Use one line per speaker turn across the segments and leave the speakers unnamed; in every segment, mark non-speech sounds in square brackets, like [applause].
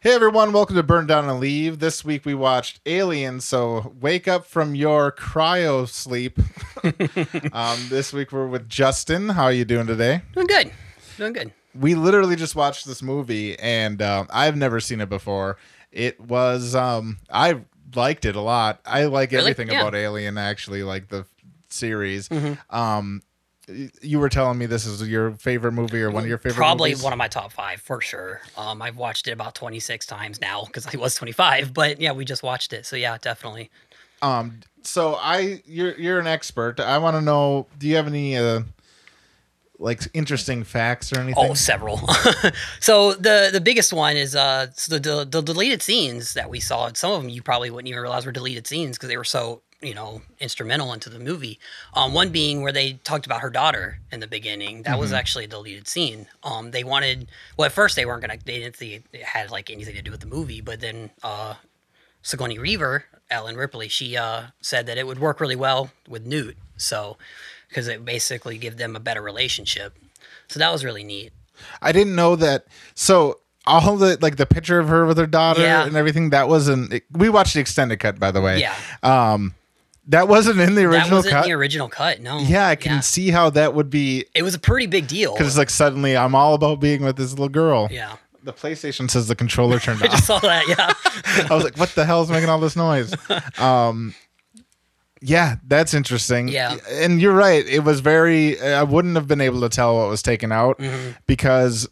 Hey everyone, welcome to Burn Down and Leave. This week we watched Alien, so wake up from your cryo sleep. um, this week we're with Justin. How are you doing today?
Doing good. Doing good.
We literally just watched this movie, and uh, I've never seen it before. It was um, I liked it a lot. I like
Really?
everything
Yeah.
about Alien, actually, like the series. Um, y- you were telling me this is your favorite movie or one of your favorite
Probably
movies?
one of my top five for sure. Um, I've watched it about 26 times now because I was 25, but yeah, we just watched it. So yeah, definitely.
Um, so I, you're you're an expert. I want to know. Do you have any uh, like interesting facts or anything?
Oh, several. [laughs] so the the biggest one is uh so the, the the deleted scenes that we saw. and Some of them you probably wouldn't even realize were deleted scenes because they were so you know instrumental into the movie. Um, one being where they talked about her daughter in the beginning. That
Mm-hmm.
was actually a deleted scene. Um, they wanted well at first they weren't gonna they didn't think it had like anything to do with the movie, but then uh Sigourney Reaver, Ellen Ripley, she uh, said that it would work really well with Newt. So, because it basically give them a better relationship. So that was really neat.
I didn't know that. So all the like the picture of her with her daughter
Yeah.
and everything that wasn't. We watched the extended cut, by the way.
Yeah.
Um, that wasn't in the
That
original
wasn't
cut.
the original cut. No.
yeah, I can see how that would be
It was a pretty big deal.
because it's like suddenly I'm all about being with this little girl.
Yeah. [laughs]
The PlayStation says the controller turned
I
off.
just saw that. Yeah.
I was like, what the hell is making all this noise? Um, yeah, that's interesting.
Yeah.
And you're right. It was very, I wouldn't have been able to tell what was taken out
Mm-hmm.
because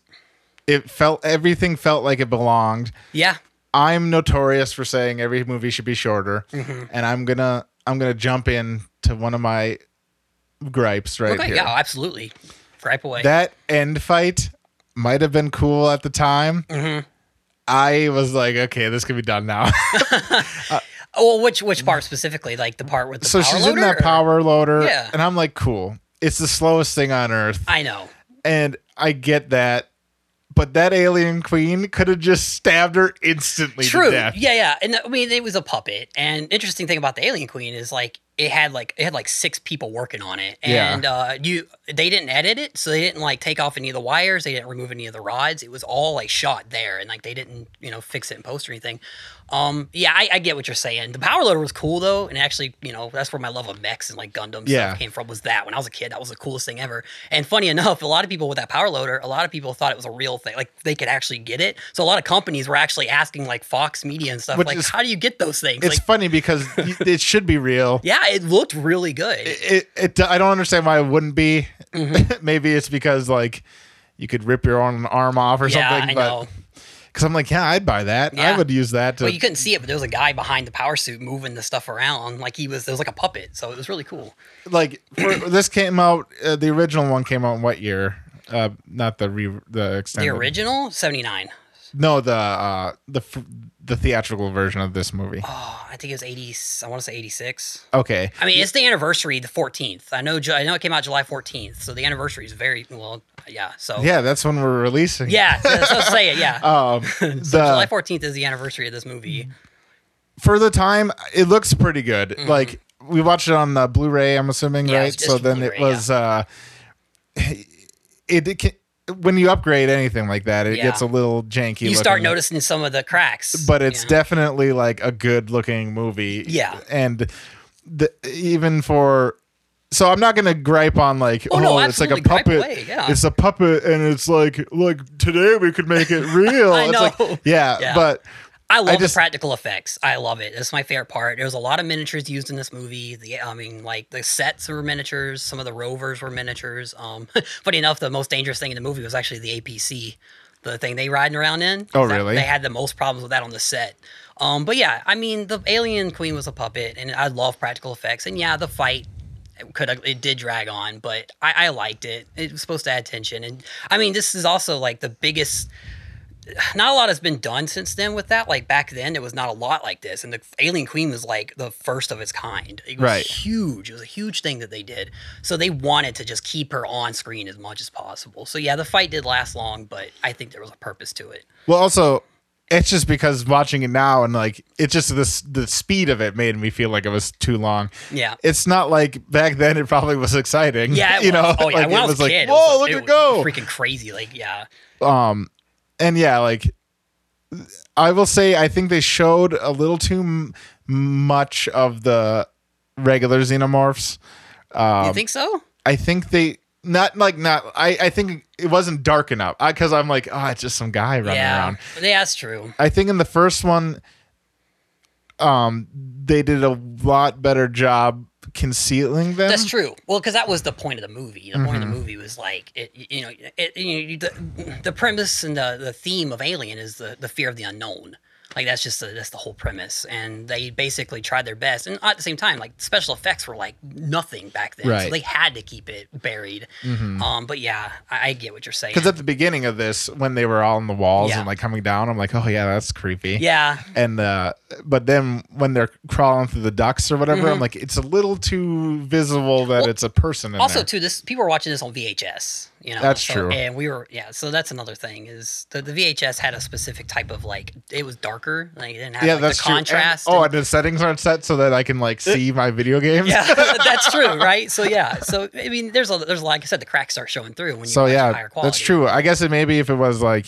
it felt, everything felt like it belonged.
yeah.
I'm notorious for saying every movie should be shorter.
Mm-hmm.
And I'm going to, I'm going to jump in to one of my gripes [laughs] right
Okay.
here.
Yeah. Absolutely. Gripe away.
That end fight might have been cool at the time.
Mm-hmm.
I was like, okay, this can be done now.
oh, well, which which part specifically? Like the part with the
so
power
she's
loader,
in that
or-
power loader
Yeah.
and i'm like cool it's the slowest thing on earth
I know.
and i get that but that alien queen could have just stabbed her instantly to
True. Yeah,
death
yeah. And I mean, it was a puppet. And interesting thing about the Alien Queen is like it had like it had like six people working on it,
Yeah.
and uh, you they didn't edit it, so they didn't like take off any of the wires, they didn't remove any of the rods. It was all like shot there, and like they didn't you know fix it in post or anything. Um, yeah, I, I get what you're saying. The power loader was cool though, and actually, you know, that's where my love of mechs and like Gundam
Yeah.
stuff came from. Was that when I was a kid, that was the coolest thing ever. And funny enough, a lot of people with that power loader, a lot of people thought it was a real thing, like they could actually get it. So a lot of companies were actually asking like Fox Media and stuff,
Which
like,
is-
how do you get those things?
it's
Like,
funny
[laughs]
because y- it should be real
yeah, it looked really good.
it, it, i don't understand why it wouldn't be
Mm-hmm.
[laughs] maybe it's because like you could rip your own arm off or
yeah,
something
I
but
know.
because i'm like yeah i'd buy that i
Yeah.
would use that to
Well, you couldn't see it, but there was a guy behind the power suit moving the stuff around, like he was. There was like a puppet, so it was really cool.
like for, this came out uh, the original one came out in what year uh not the re the
The
extended
original seventy nine.
No, the uh, the f- the theatrical version of this movie.
Oh, I think it was eighty. I want to say eighty six.
Okay,
I mean, it's the anniversary, the 14th. I know, Ju- I know it came out July 14th, so the anniversary is very well. Yeah, so
yeah, that's when we're releasing. it.
yeah, so, so say
[laughs]
it. Yeah,
Um,
July
the
14th is the anniversary of this movie.
Mm-hmm. for the time, it looks pretty good. Like we watched it on the Blu-ray, I'm assuming,
Mm-hmm. Yeah, it was
right?
just
So then it
Blu-ray,
was. Uh, [laughs] it, it can, when you upgrade anything like that, it
Yeah.
gets a little janky.
You start
looking.
noticing some of the cracks,
but it's
yeah.
definitely like a good looking movie.
Yeah.
and the even for. So I'm not gonna gripe on like oh,
Oh, no,
it's like a
absolutely, gripe
puppet
away, yeah.
it's a puppet and it's like like today we could make
[laughs]
it real
I
it's
know.
like yeah,
Yeah.
but
I love
just-
the practical effects. I love it. That's my favorite part. There was a lot of miniatures used in this movie. The I mean, like the sets were miniatures. Some of the rovers were miniatures. Um, [laughs] funny enough, the most dangerous thing in the movie was actually the APC, the thing they riding around in.
Oh,
That-
really?
They had the most problems with that on the set. Um, but yeah, I mean, the alien queen was a puppet, and I love practical effects. And yeah, the fight it could it did drag on, but I, I liked it. It was supposed to add tension, and I mean, this is also like the biggest. Not a lot has been done since then with that. Like back then, it was not a lot like this, and the Alien Queen was like the first of its kind. It was
Right.
huge. It was a huge thing that they did. So they wanted to just keep her on screen as much as possible. So yeah, the fight did last long, but I think there was a purpose to it.
well also it's just because watching it now and like it's just this the speed of it made me feel like it was too long.
Yeah.
It's not like back then it probably was exciting.
Yeah,
[laughs]
it
you
was.
know,
oh yeah,
like
when
it
I
was
was, a
like
kid, it
whoa,
was-
look
it
at
was
go,
freaking crazy. Like yeah,
um and yeah like I will say I think they showed a little too m- much of the regular xenomorphs. Um,
you think so?
I think they not like not. I I think it wasn't dark enough because I'm like, oh, it's just some guy running
Yeah.
around.
Yeah, that's true.
I think in the first one, um, they did a lot better job concealing them.
That's true. Well, because that was the point of the movie. The point of
Mm-hmm.
the movie was like it, you know, it, you know, the, the premise and the, the theme of Alien is the, the fear of the unknown. Like that's just the, that's the whole premise, and they basically tried their best. And at the same time, like special effects were like nothing back then, so
Right. Mm-hmm.
they had to keep it buried. Um, but yeah, I, I get what you're saying.
Because at the beginning of this, when they were all on the walls
Yeah.
and like coming down, I'm like, oh yeah, that's creepy.
yeah,
And uh, but then when they're crawling through the ducts or whatever,
Mm-hmm.
I'm like, it's a little too visible that it's a person. In
also
there.
too this people were watching this on VHS you know
That's
so-
true.
and we were yeah so that's another thing is the, the VHS had a specific type of like it was darker like it didn't have
yeah,
like,
that's
the
true. And-
contrast
oh,
and- Uh,
and the settings aren't set so that I can like see my video games.
yeah
[laughs]
[laughs] that's true right so yeah so I mean there's a there's a, like I said the cracks start showing through when you
so
watch
yeah,
higher quality
that's true. I guess it maybe if it was like,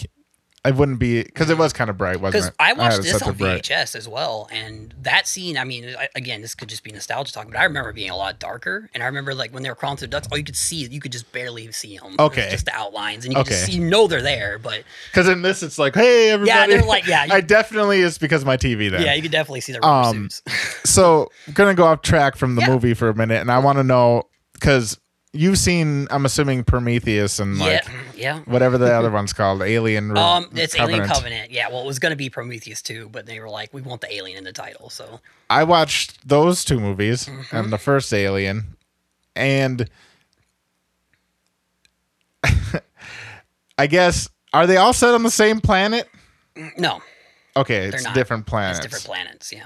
it wouldn't be because it was kind of bright, wasn't
because
it?
Mm-hmm. I
had
watched
it
this
set to
on
bright.
VHS as well, and that scene. I mean, I, again, this could just be nostalgia talking, but I remember it being a lot darker, and I remember like when they were crawling through the ducts, all you could see, you could just barely see them.
Okay.
just the outlines, and you could just
Okay.
see, you know they're there, but
Because in this, it's like, hey, everybody.
Yeah, they're
[laughs]
like- yeah, you-
I definitely is because of my TV then.
yeah, you could definitely see their rubber
Um, [laughs]
suits.
So gonna go off track from the
Yeah.
movie for a minute, and I want to know because you've seen, I'm assuming Prometheus and like
[laughs] yeah, yeah.
whatever the other one's called, Alien. Re-
Um, it's Alien Covenant. Yeah, well, it was going to be Prometheus too, but they were like, we want the alien in the title. So
I watched those two movies
Mm-hmm.
and the first Alien, and [laughs] I guess are they all set on the same planet?
no,
Okay, it's
not.
different planets.
it's different planets. Yeah,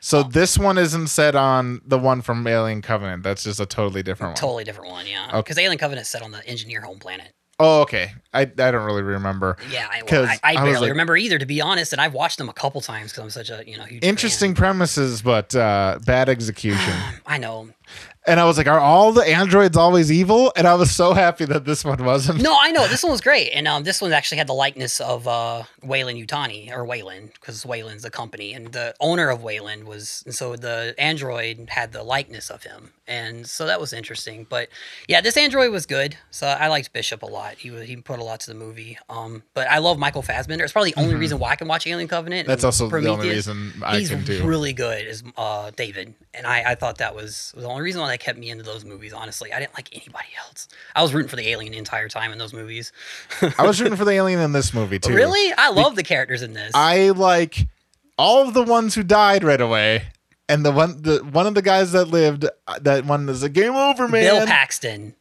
So this one isn't set on the one from Alien Covenant. That's just a totally different one.
totally different one. Yeah,
Okay.
because Alien Covenant is set on the Engineer home planet.
Oh, okay. I, I don't really remember.
Yeah, I, well,
'Cause
I, I
I was
barely
like-
remember either, to be honest. And I've watched them a couple times because I'm such a you know huge fan.
Interesting premises, but uh, bad execution.
I know.
and I was like, are all the androids always evil? And I was so happy that this one wasn't.
No, I know. This one was great, and um, this one actually had the likeness of uh, Wayland Utani or Wayland because Wayland's the company, and the owner of Wayland was, and so the android had the likeness of him, and so that was interesting. But yeah, this android was good, so I liked Bishop a lot. He was, he put a lot to the movie. Um, but I love Michael Fassbender. It's probably the only reason why I can watch Alien Covenant.
Mm-hmm. That's
and
also the only
Prometheus.
reason I
He's
can do.
really good as uh, David, and I, I thought that was the only reason why they kept me into those movies. Honestly, I didn't like anybody else. I was rooting for the alien the entire time in those movies.
I was rooting for the alien in this movie too.
really, I love the characters in this.
I like all of the ones who died right away, and the one the one of the guys that lived uh, that one is a game over man.
Bill Paxton.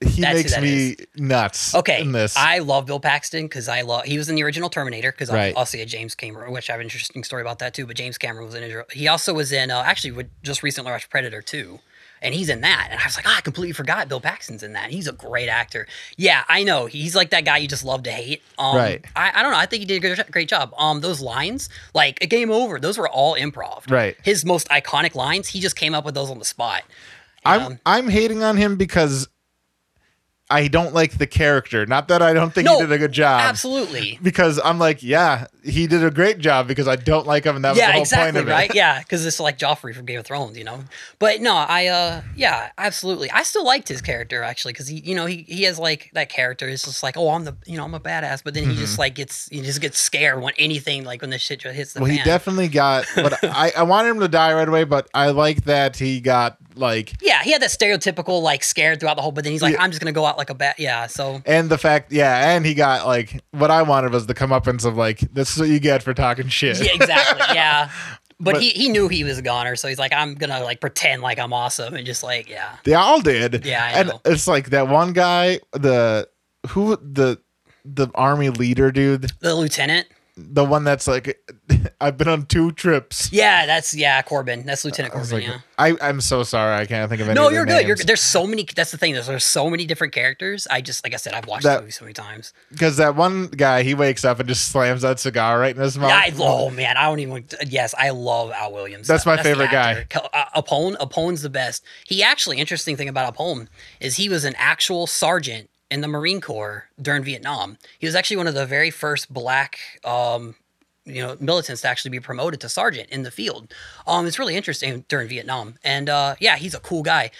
he
that's who
makes
that
me nuts.
Okay,
in this
I love Bill Paxton because I love he was in the original Terminator because
Right.
I also had James Cameron, which I have an interesting story about that too. But James Cameron was in it. He also was in uh, actually would- just recently watched Predator two, and he's in that. And I was like, ah, I completely forgot Bill Paxton's in that. He's a great actor. Yeah, I know he's like that guy you just love to hate. Um,
Right.
I, I don't know. I think he did a great, great job. Um, those lines like a game over. Those were all improv.
Right.
His most iconic lines, he just came up with those on the spot. um,
I'm I'm hating on him because I don't like the character. Not that I don't think
No,
he did a good job.
Absolutely.
Because I'm like, yeah, he did a great job because I don't like him and that was the
yeah,
whole
exactly,
point of it.
right? Yeah, because it's like Joffrey from Game of Thrones, you know. But no, I uh, yeah, absolutely. I still liked his character actually because he, you know, he he has like that character. It's just like, oh, I'm the, you know, I'm a badass, but then he
Mm-hmm.
just like gets, he just gets scared when anything like when the shit just hits the
Well,
fan.
he definitely
[laughs]
got but I, I wanted him to die right away, but I like that he got like
yeah, he had that stereotypical like scared throughout the whole, but then he's like,
Yeah.
I'm just gonna go out like a bat. Yeah, so
and the fact yeah, and he got like what I wanted was the comeuppance of like this is what you get for talking shit.
yeah, exactly, yeah. But,
But-
he, he knew he was a goner, so he's like, I'm gonna like pretend like I'm awesome and just like, yeah,
[laughs] They all did.
Yeah, I
and
know.
it's like that one guy, the who the the army leader dude,
the lieutenant.
the one that's like, [laughs] I've been on two trips.
Yeah, that's yeah, Corbin. That's Lieutenant
I was
Corbin.
like,
yeah.
I, I'm so sorry, I can't think of any.
No,
of their
you're good. You're
names.
good. There's so many. That's the thing. There's, there's so many different characters. I just, like I said, I've watched the
That-
movie so many times.
because that one guy he wakes up and just slams that cigar right in his mouth.
I, oh man, I don't even. want to- Yes, I love Al Williams.
That's my
the
favorite guy.
actor. Kel- Uh, Apone. Apone's the best. He actually interesting thing about Apone is he was an actual sergeant in the Marine Corps during Vietnam. He was actually one of the very first black um, you know militants to actually be promoted to sergeant in the field. Um, it's really interesting during Vietnam, and uh, yeah, he's a cool guy.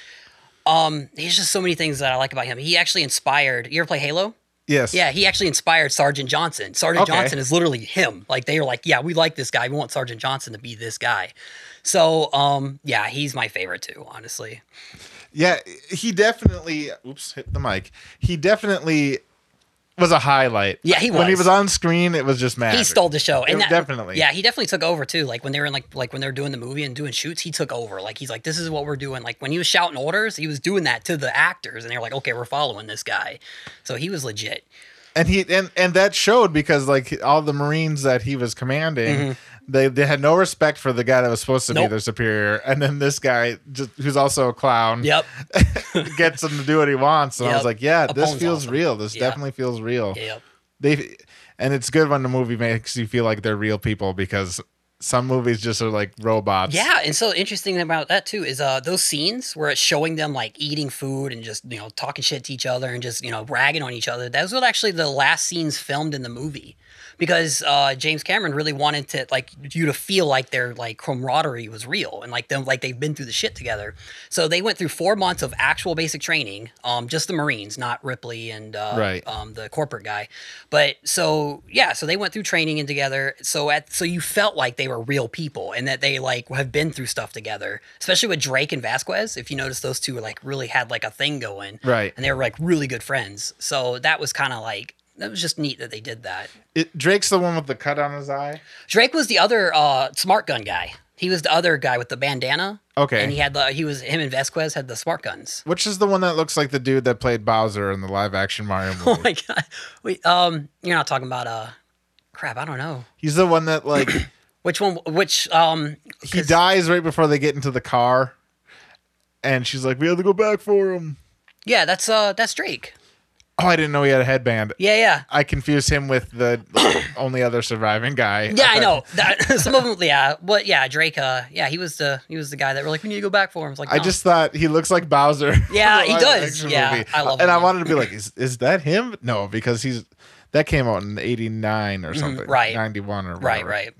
Um, there's just so many things that I like about him. He actually inspired. You ever play Halo?
Yes.
Yeah, he actually inspired Sergeant Johnson. Sergeant
Okay.
Johnson is literally him. Like they were like, yeah, we like this guy. We want Sergeant Johnson to be this guy. So, um, yeah, he's my favorite too, honestly.
Yeah, he definitely. Oops, hit the mic. He definitely was a highlight.
Yeah, he
When he
was.
was on screen, it was just magic.
He stole the show, and
It-
that,
definitely.
yeah, he definitely took over too. Like when they were in like like when they were doing the movie and doing shoots, he took over. Like he's like, this is what we're doing. Like when he was shouting orders, he was doing that to the actors, and they were like, okay, we're following this guy. So he was legit.
and he and and that showed because like all the Marines that he was commanding, they they had no respect for the guy that was supposed to be
Mm-hmm. Nope.
their superior, and then this guy just, who's also a clown
Yep.
[laughs] gets him to do what he wants. And I was
Yep.
like, yeah, this
Apollo's
feels
awesome.
real. This
Yeah.
definitely feels real.
yep.
They and it's good when the movie makes you feel like they're real people because some movies just are like robots.
Yeah, and so interesting about that too is uh those scenes where it's showing them like eating food and just you know talking shit to each other and just you know ragging on each other. That's what actually the last scenes filmed in the movie because uh James Cameron really wanted to like you to feel like their like camaraderie was real and like them like they've been through the shit together. So they went through four months of actual basic training, um just the Marines, not Ripley and uh,
Right.
um, the corporate guy. But so yeah, so they went through training and together. So at so you felt like they were real people and that they like have been through stuff together. Especially with Drake and Vasquez, if you notice, those two like really had like a thing going,
Right.
and they were like really good friends. So that was kind of like that was just neat that they did that.
It, Drake's the one with the cut on his eye.
Drake was the other uh, smart gun guy. He was the other guy with the bandana.
Okay.
And he had the he was him and Vasquez had the smart guns. [laughs]
Which is the one that looks like the dude that played Bowser in the live action
[laughs]
Mario
Oh
movie.
my god. Wait, um, you're not talking about uh, crap. I don't know.
He's the one that
[coughs]
like
Which one? Which um?
he
'cause-
dies right before they get into the car. And she's like, We had to go back for him.
Yeah, that's uh, that's Drake.
Oh, I didn't know he had a headband.
Yeah, yeah,
I confused him with the [coughs] only other surviving guy.
yeah. I know. That, [laughs] some of them, yeah. What? Yeah, Drake. Uh, yeah, he was the he was the guy that we're like, we need to go back for him. It's like,
I
no.
just thought he looks like Bowser. [laughs] in
Oh. Yeah,
the
he
live
does.
action
Yeah, I love
And
him.
I wanted to be like, is, is that him? No, because he's that came out in eighty nine or something,
Mm-hmm, right.
Ninety one or
right,
whatever.
right.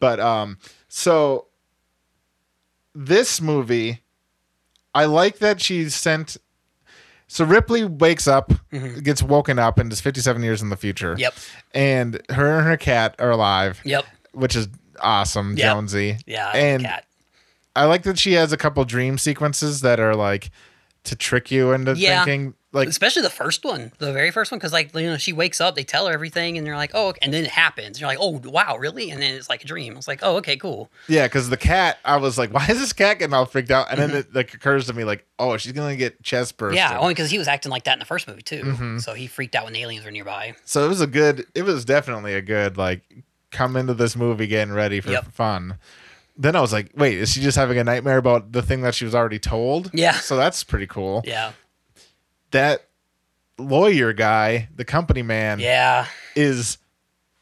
But um, so this movie, I like that she sent. So Ripley wakes up,
Mhm.
gets woken up, and is fifty seven years in the future.
Yep,
And her and her cat are alive,
yep.
which is awesome,
Yep.
Jonesy.
Yeah, I like
And
cat.
I like that she has a couple dream sequences that are like to trick you into
Yeah.
thinking like
especially the first one, the very first one, because like you know she wakes up, they tell her everything, and they're like, oh, okay. and then it happens. You're like, oh, wow, really? And then it's like a dream. It's like, oh, okay, cool.
yeah, because the cat, I was like, why is this cat getting all freaked out? And then it like occurs to me like, oh, she's gonna get chest burst.
Mm-hmm. Yeah, only because he was acting like that in the first movie too.
Mm-hmm.
So he freaked out when aliens were nearby.
so it was a good. It was definitely a good like come into this movie getting ready for
Yep.
fun. Then I was like, wait, is she just having a nightmare about the thing that she was already told?
Yeah.
So that's pretty cool.
Yeah,
That lawyer guy, the company man,
yeah.
is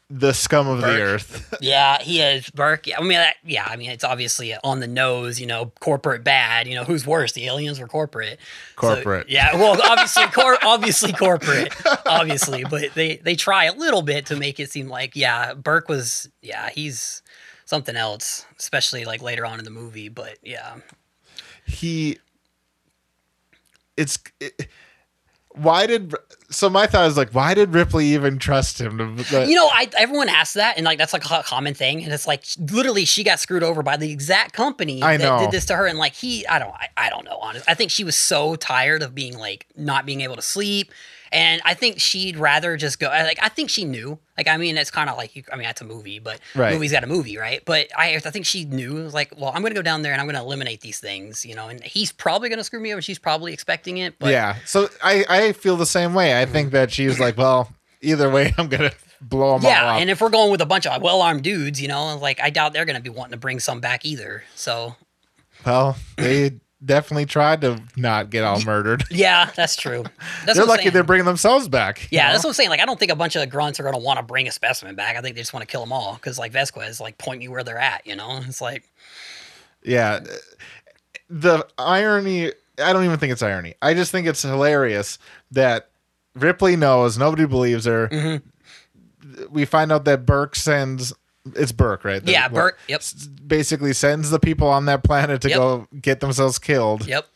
the scum of
Burke.
the earth.
Yeah, he is Burke. Yeah, I mean, that, yeah, I mean, it's obviously on the nose. You know, corporate bad. You know, who's worse, the aliens or corporate? So,
Corporate.
yeah, well, obviously, cor- obviously corporate, obviously, but they they try a little bit to make it seem like yeah, Burke was yeah, he's something else, especially like later on in the movie. But yeah,
he it's it- why did so my thought is like why did ripley even trust him to, but-
you know, I everyone asks that, and like that's like a common thing, and it's like literally she got screwed over by the exact company
I
that
know.
did this to her, and like he, I don't, I, I don't know, honestly, I think she was so tired of being like not being able to sleep, and I think she'd rather just go. I- Like I think she knew. Like I mean, it's kind of like you, I mean, that's a movie, but
Right.
movie's got a movie, right? But I, I think she knew. It was like, well, I'm gonna go down there and I'm gonna eliminate these things, you know, and he's probably gonna screw me over. She's probably expecting it, but
yeah so i i feel the same way i think that she's like well either way i'm gonna blow him all
Yeah,
up
and if we're going with a bunch of well armed dudes, you know, like I doubt they're going to be wanting to bring some back either. So
well they definitely tried to not get all murdered
yeah,
[laughs]
that's true. That's
they're
what I'm
lucky they're
saying.
bringing themselves back you
yeah,
know?
that's what I'm saying. Like, I don't think a bunch of grunts are going to want to bring a specimen back. I think they just want to kill them all because, like, Vesquez, like, point me where they're at. You know, it's like,
Yeah. The irony, I don't even think it's irony. I just think it's hilarious that
Mm-hmm.
Ripley knows, nobody believes her. We find out that Burke sends it's Burke, right? The-
yeah, Burke. Yep.
s- Basically, sends the people on that planet to
Yep.
go get themselves killed,
Yep.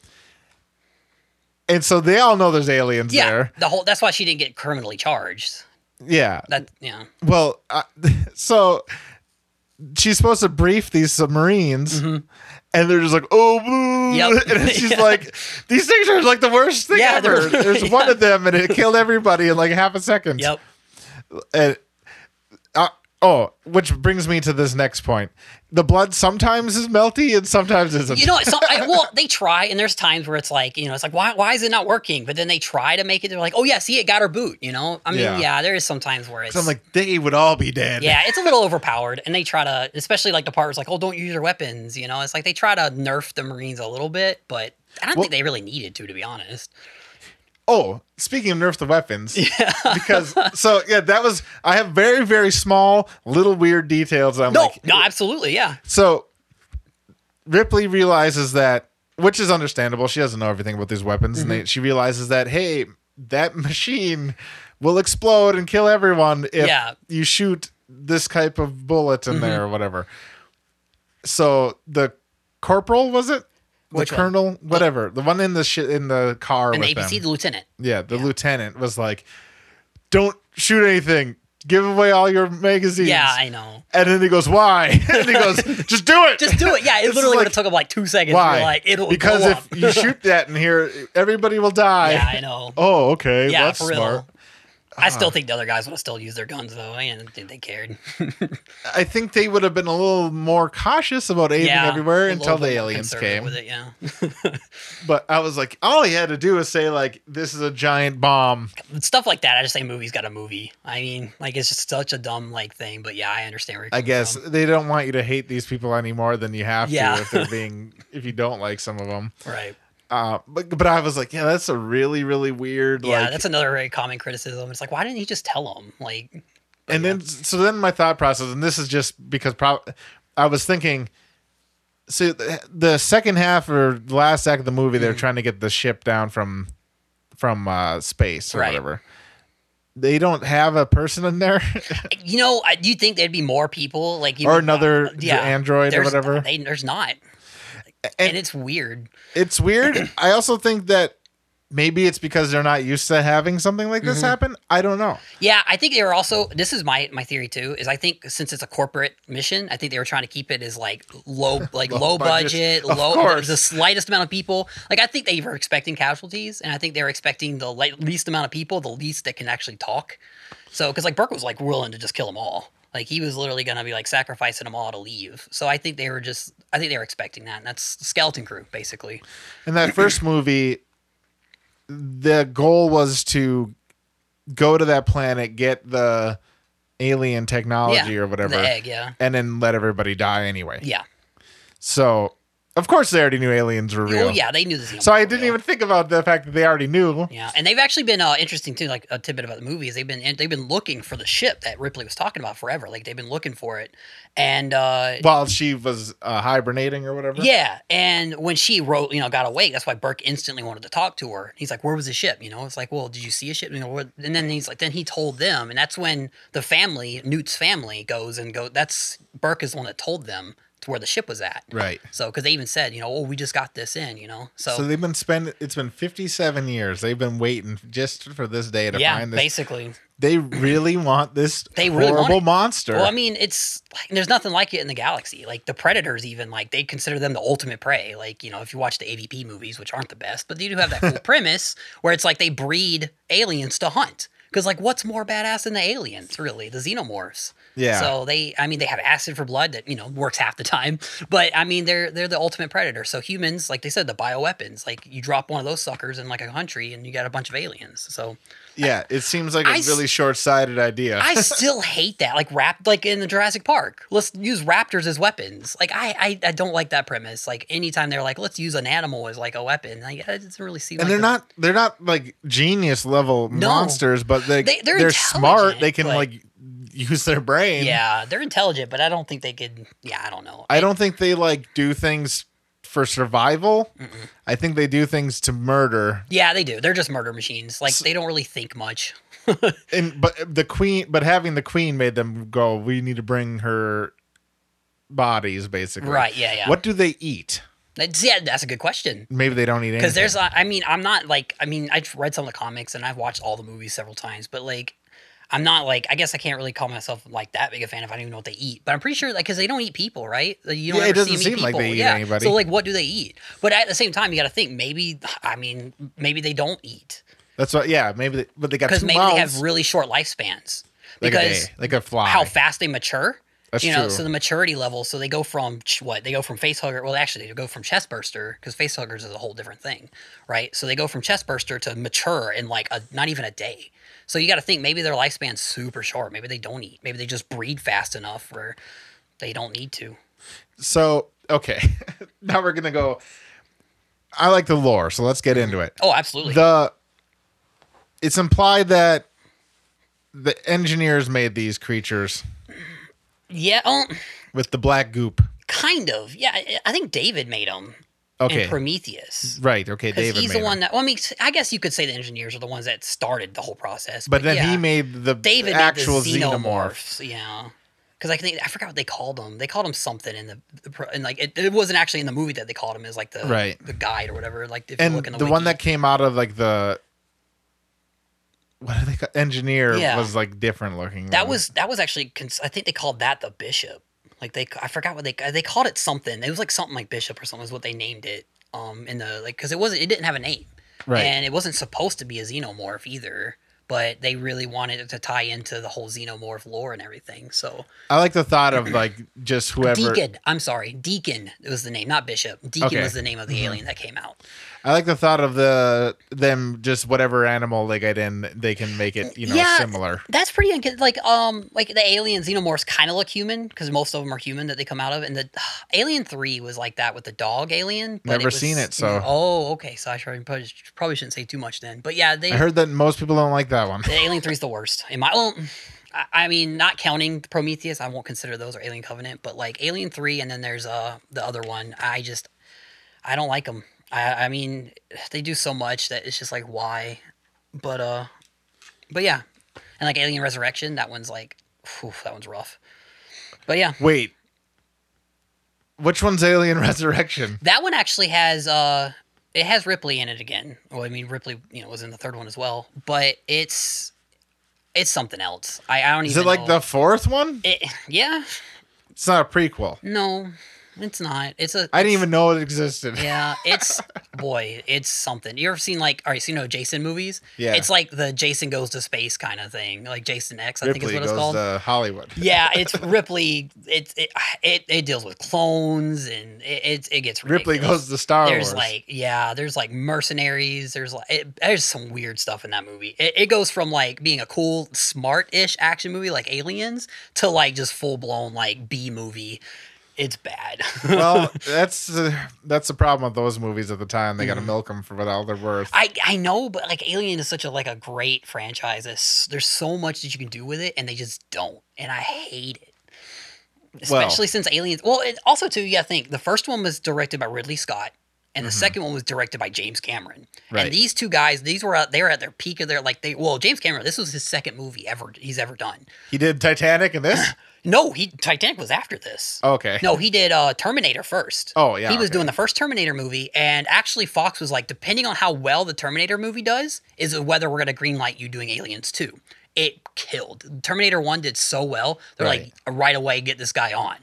and so they all know there's aliens
Yeah.
there.
The whole. That's why she didn't get criminally charged.
Yeah.
That.
[laughs]
Yeah.
Well, uh, so she's supposed to brief these submarines, and they're just like, "Oh, boo."
Mm-hmm. Yep.
[laughs] and she's
[laughs] Yeah.
like, "These things are like the worst thing
Yeah, [laughs]
ever."
they're-
There's one of them, and it killed everybody in like half a second.
Yep.
And, uh, oh, which brings me to this next point: the blood sometimes is melty, and sometimes isn't.
You know, so I, well, they try, and there's times where it's like, you know, it's like, why, why is it not working? But then they try to make it. They're like, oh yeah, see, it got her boot. You know, I mean,
Yeah.
yeah, there is sometimes where it's
So I'm like, they would all be dead.
yeah, it's a little overpowered, and they try to, especially like the part where it's like, oh, don't use your weapons. You know, it's like they try to nerf the Marines a little bit, but I don't
Well-
think they really needed to, to be honest.
Oh, speaking of nerf the
[laughs]
weapons, because so yeah, that was I have very very small little weird details. I'm
No,
like,
no, absolutely, yeah,
So Ripley realizes that, which is understandable. She doesn't know everything about these weapons, and
Mm-hmm.
they, she realizes that hey, that machine will explode and kill everyone if
Yeah. Mm-hmm.
you shoot this type of bullet in there or whatever. So the corporal was it? The
Which one?
colonel, whatever, the one in the shi in the car
and the
with
ABC,
them.
the lieutenant.
Yeah, the lieutenant was like, "Don't shoot anything. Give away all your magazines."
Yeah, I know.
And then he goes, "Why?" [laughs] and he
[laughs]
goes, "Just do it.
Just do it. Yeah,
[laughs] This
it
is
literally would
like-
have took him like two seconds.
Why?
Why? Like it'll
because
blow
if
up.
you shoot that in here, everybody will die.
yeah, I know.
Oh, [laughs] okay.
yeah,
that's
for real.
smart. Uh-huh.
I still think the other guys would have still used their guns though. I didn't think they cared.
I think they would have been a little more cautious about aiming
yeah,
everywhere
a
until
little
the
bit more
aliens
conservative
came.
With it, yeah.
But I was like, all he had to do was say like, "This is a giant bomb."
Stuff like that. I just think movies got a movie. I mean, like it's just such a dumb like thing. But yeah, I understand where you're
I
coming
guess
from.
they don't want you to hate these people any more than you have
Yeah.
to if they're being
[laughs]
if you don't like some of them.
Right.
Uh, but but I was like, yeah, that's a really really weird.
Yeah,
like,
that's another very common criticism. It's like, why didn't he just tell him? Like,
and then so then my thought process, and this is just because prob- I was thinking. So th- the second half or last act of the movie, they're trying to get the ship down from from uh, space or
Right.
whatever. They don't have a person in there [laughs]
you know, I, do you think there'd be more people like you
or
know,
another
uh, yeah,
android or
there's-
whatever.
They, there's not, and,
and
it's weird.
it's weird. I also think that maybe it's because they're not used to having something like this happen. I don't know.
Yeah, I think they were also. This is my my theory too. Is I think since it's a corporate mission, I think they were trying to keep it as like
[laughs]
low, like
Low
low,
budget.
budget,
Of
low,
course.
the slightest amount of people. Like I think they were expecting casualties, and I think they were expecting the le- least amount of people, the least that can actually talk. So, because like Burke was like willing to just kill them all. Like he was literally gonna be like sacrificing them all to leave. So I think they were just, I think they were expecting that, and that's the skeleton crew basically.
in that
[clears throat]
first movie the goal was to go to that planet get the alien technology
Yeah,
or whatever
The egg, yeah,
and then let everybody die anyway
yeah.
so of course they already knew aliens were real
Well, Oh, yeah, they knew this.
so i didn't even think about the fact that they already knew
Yeah, and they've actually been uh, interesting too. Like a tidbit about the movie is they've been they've been looking for the ship that Ripley was talking about forever. Like they've been looking for it, and uh,
while she was uh, hibernating or whatever
yeah, and when she wrote, you know, got awake. That's why Burke instantly wanted to talk to her. He's like, "Where was the ship?" You know, it's like, "Well, did you see a ship?" You know, what? and then he's like, then he told them, and that's when the family, Newt's family, goes and go. That's Burke is the one that told them to where the ship was at.
right
So, because they even said, you know, oh, we just got this in, you know, so,
so they've been spending it's been 57 years they've been waiting just for this day to
yeah,
find this
basically.
they really want this
They really want
horrible
it.
monster
Well, I mean, it's like, there's nothing like it in the galaxy. Like the predators, even like they consider them the ultimate prey. Like you know, if you watch the AVP movies, which aren't the best, but they do have
[laughs]
that cool premise where it's like they breed aliens to hunt. Because like, what's more badass than the aliens? Really, the xenomorphs.
Yeah.
So they, I mean, they have acid for blood that you know works half the time. [laughs] But I mean, they're they're the ultimate predator. So humans, like they said, the bioweapons. Like you drop one of those suckers in like a country, and you got a bunch of aliens. So
yeah it seems like a
I s-
really short-sighted idea
I still hate that. Like rap, like in the Jurassic Park, let's use raptors as weapons. Like I, I, I don't like that premise. Like anytime they're like, let's use an animal as like a weapon. Like I doesn't really see.
and they're not they're not like genius level
No.
monsters but they,
They-
they're,
they're
smart
intelligent,
they can
but-
like use their brain
Yeah, they're intelligent, but I don't think they could. Yeah, I don't know.
i don't think they like do things for survival i think they do things to murder
Yeah, they do. They're just murder machines. Like they don't really think much.
and but the queen, but having the queen made them go. We need to bring her bodies, basically.
Right, yeah, yeah.
What do they eat?
That's, yeah, that's a good question.
Maybe they don't eat anything.
Because there's, uh, I mean, I'm not like, I mean, I've read some of the comics and I've watched all the movies several times, but like, I'm not like, I guess I can't really call myself like that big a fan if I don't even know what they eat. But I'm pretty sure, like, because they don't eat people, right? Like, You don't
Yeah, it
ever see
doesn't
them eat
seem like they
people.
eat
yeah.
anybody.
So like, what do they eat? But at the same time, you got to think maybe, I mean, maybe they don't eat
That's what. Yeah, maybe. They, but they got
because
two
maybe
mouths.
they have really short lifespans
like a day,
because
like a fly.
how fast they mature.
That's
you know,
true.
so the maturity level. So they go from ch- what they go from face hugger. Well, actually, they go from chest burster because face huggers is a whole different thing, right? So they go from chest burster to mature in like a not even a day. So you got to think maybe their lifespan's super short. Maybe they don't eat. Maybe they just breed fast enough where they don't need to.
so okay, [laughs] now we're gonna go. I like the lore, so let's get into it.
Oh, absolutely.
the it's implied that the engineers made these creatures
yeah, oh,
with the black goop.
kind of. Yeah, I, I think David made them
Okay,
in Prometheus.
right. Okay,
Because
David.
he's
made
the one
them.
that, well, I mean, I guess you could say the engineers are the ones that started the whole process.
but then he
yeah.
made the
David
actual
made the
xenomorph.
xenomorphs. Yeah, because I think I forgot what they called them. They called them something in the, the pro- and like it, it wasn't actually in the movie that they called him as like the
Right.
the guide or whatever. Like if you
and
look
the,
in the,
one
wiki.
that came out of like the what are they called? engineer
Yeah.
was like different looking.
that was that was actually cons- I think they called that the bishop. Like they I forgot what they they called it something. It was like something like bishop or something is what they named it. Um, in the like because it wasn't it didn't have a name.
Right.
And it wasn't supposed to be a xenomorph either. But they really wanted it to tie into the whole xenomorph lore and everything. So
I like the thought of like just whoever.
Deacon. I'm sorry, Deacon was the name, not Bishop. Deacon
Okay. Mm-hmm.
was the name of the alien that came out.
I like the thought of the them just whatever animal they get in, they can make it you know
Yeah.
similar.
That's pretty unc- like um like the alien xenomorphs kind of look human because most of them are human that they come out of, and the [sighs] Alien Three was like that with the dog alien. But
Never
was-
seen it, so-
oh okay, so I should- probably, probably shouldn't say too much then. But yeah, they
I heard that most people don't like that one.
the Alien Three is the worst in my. Well, I- I mean, not counting Prometheus, I won't consider those or Alien Covenant, but like Alien Three, and then there's uh the other one. I just I don't like them. I I mean, they do so much that it's just like why, but uh, but yeah, and like Alien Resurrection, that one's like, whew, that one's rough. But yeah,
Wait. Which one's Alien [laughs] Resurrection?
That one actually has uh it has Ripley in it again. Well, I mean Ripley, you know, was in the third one as well, but it's it's something else. I, I don't
Is
even
it like
know.
the fourth one?
it, Eh, yeah?
It's not a prequel.
No. It's not. It's a
I didn't even know it existed.
Yeah, it's boy, it's something. You ever seen like all right, so you know Jason movies?
Yeah.
It's like the Jason goes to space kind of thing. Like Jason X, I think is
Ripley
what it's
goes
called.
to Hollywood.
yeah, it's Ripley. It it, it it deals with clones and it it, it gets ridiculous.
Ripley goes to Star
there's
Wars.
like [laughs] yeah there's like mercenaries there's like it, there's some weird stuff in that movie it, it goes from like being a cool smart-ish action movie like aliens to like just full-blown like b movie it's bad
[laughs]
[laughs]
well, that's uh, that's the problem with those movies at the time. They got to
Mm-hmm.
milk them for what all they're worth.
I, I know but like alien is such a like a great franchise It's- there's so much that you can do with it and they just don't and i hate it
Well-
especially since aliens well it, also too yeah think the first one was directed by ridley scott and the second one was directed by james cameron
Mm-hmm. Right.
and these two guys these were out they were at their peak of their like they well james cameron this was his second movie ever he's ever done
He did Titanic and this.
no he titanic was after this
Okay.
[clears throat] no, he did uh, Terminator first.
Oh, yeah,
He was
okay.
doing the first Terminator movie, and actually Fox was like, depending on how well the Terminator movie does, is whether we're gonna greenlight you doing Aliens two. It killed. Terminator one did so well, they're
Right.
like right away get this guy on,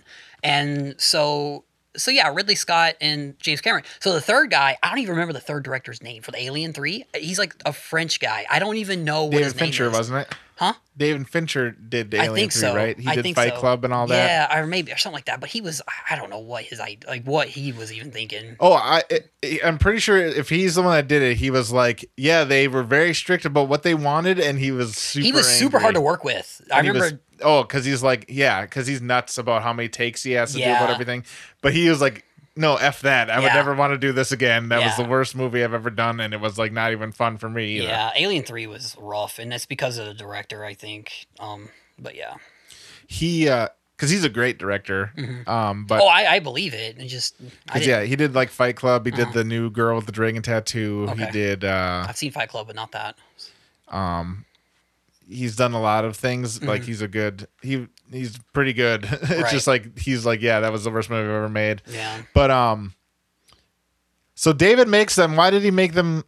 and so so yeah, Ridley Scott and James Cameron. So the third guy, I don't even remember the third director's name for the Alien three. He's like a French guy. I don't even know what his
David
name
Fincher
is.
wasn't it?
Huh?
David Fincher did Alien
I think
3,
so.
right? He
I
did
think
Fight
so.
Club and all that.
Yeah, or maybe or something like that. But he was I- I don't know what his I like what he was even thinking.
Oh, I I- I'm pretty sure if he's the one that did it, he was like, yeah, they were very strict about what they wanted, and he was super.
he was super hard to
angry.
work with. I
And he
remember
was- oh, because he's like, yeah, because he's nuts about how many takes he has to do about
Yeah.
everything. But he was like, no, f that. I would
Yeah.
never want to do this again. That was
Yeah.
the worst movie I've ever done, and it was like not even fun for me either.
yeah, Alien 3 was rough and that's because of the director, I think. Um but yeah.
He, uh, because he's a great director. Um, but
Oh, I, I believe it. It just I
'cause,
didn't, Uh-huh.
yeah, he did like Fight Club. He did the new girl with the dragon tattoo. He
Okay.
did. uh
I've seen Fight Club but not that.
Um, he's done a lot of things. Like he's a good he he's pretty good. [laughs] it's
Mm-hmm. Right.
just like he's like yeah, that was the worst movie I've ever made.
Yeah.
But um, so David makes them. Why did he make them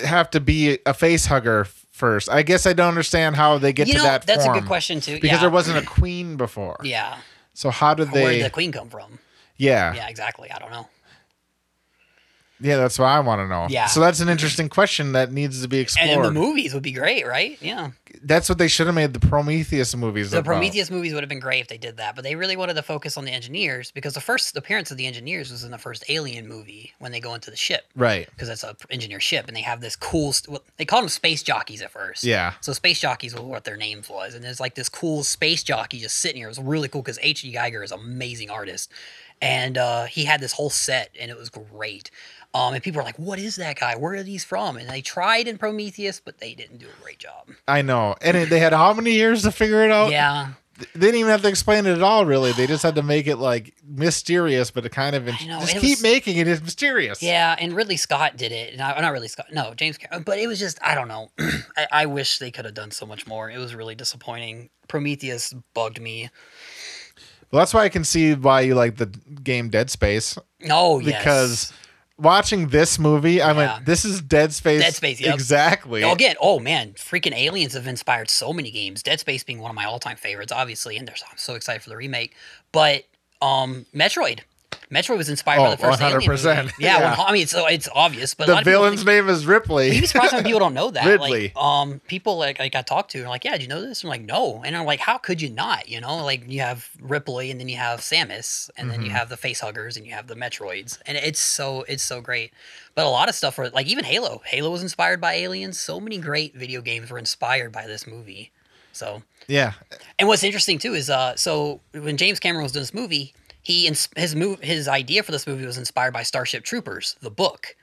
have to be a face hugger first? I guess I don't understand how they get
you
to
know,
that.
that's a
form.
good question too.
because
yeah.
there wasn't a queen before.
Yeah.
So how did
Where
they?
did the queen come from?
yeah, yeah,
Yeah, exactly. I don't know.
That's what I want to know.
Yeah.
So that's an interesting question that needs to be
And
explored.
then the movies would be great, right? Yeah.
that's what they should have made the Prometheus movies.
The
about.
Prometheus movies would have been great if they did that, but they really wanted to focus on the engineers because the first appearance of the engineers was in the first Alien movie when they go into the ship
Right.
because that's a engineer ship and they have this cool. St- well, they called them space jockeys at first.
Yeah.
So space jockeys was what their names was, and there's like this cool space jockey just sitting here. It was really cool because H. E. Geiger is an amazing artist, and uh, he had this whole set, and it was great. Um, and people were like, "What is that guy? Where are these from?" And they tried in Prometheus, but they didn't do a great job.
I know. And it, they had how many years to figure it out?
yeah,
They didn't even have to explain it at all, really. They just had to make it like mysterious, but it kind of
I know,
just
it
keep
was-
making it as mysterious.
Yeah, and Ridley Scott did it. Not, not Ridley Scott. No, James Cameron. But it was just, I don't know. [clears throat] I, I wish they could have done so much more. It was really disappointing. Prometheus bugged me.
Well, that's why I can see why you like the game Dead Space
No, yes.
because watching this movie, I
Yeah.
went, "This is Dead Space."
Dead Space, yep.
exactly.
Oh, Again, oh man, freaking aliens have inspired so many games. Dead Space being one of my all-time favorites, obviously, and there's, I'm so excited for the remake. But um, Metroid, Metroid was inspired by
Oh,
the first Alien
[laughs]
movie.
100%.
Yeah,
Yeah.
well, I mean, it's, it's obvious, but a lot
The
of people think-
villain's name is Ripley.
You'd be surprised how many people don't know that.
Ridley.
Like, um, people like, like I talked to are like, yeah, did you know this? I'm like, no. And I'm like, how could you not? You know, like you have Ripley and then you have Samus and then you
Mm-hmm.
have the face huggers and you have the Metroids. And it's so, it's so great. But a lot of stuff were like, even Halo. Halo was inspired by aliens. So many great video games were inspired by this movie. So,
yeah,
and what's interesting too is, uh, so when James Cameron was doing this movie, he ins- his move his idea for this movie was inspired by Starship Troopers, the book.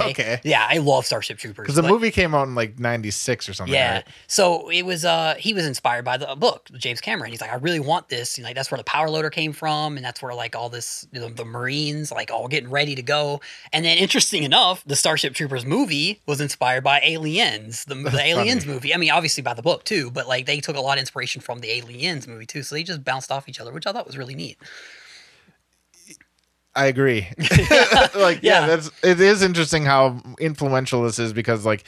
Okay.
Yeah, I love Starship Troopers.
Eh. because the
but-
movie came out in like '96 or something.
yeah.
right?
So it was uh he was inspired by the a book, James Cameron. He's like, I really want this. And like that's where the power loader came from, and that's where like all this you know, the Marines like all getting ready to go. And then interesting enough, the Starship Troopers movie was inspired by Aliens, the, the Aliens movie. I mean, obviously by the book too, but like they took a lot of inspiration from the Aliens movie too. So they just bounced off each other, which I thought was really neat.
I
[laughs]
agree. [laughs] like, yeah.
Yeah.
that's it is interesting how influential this is because like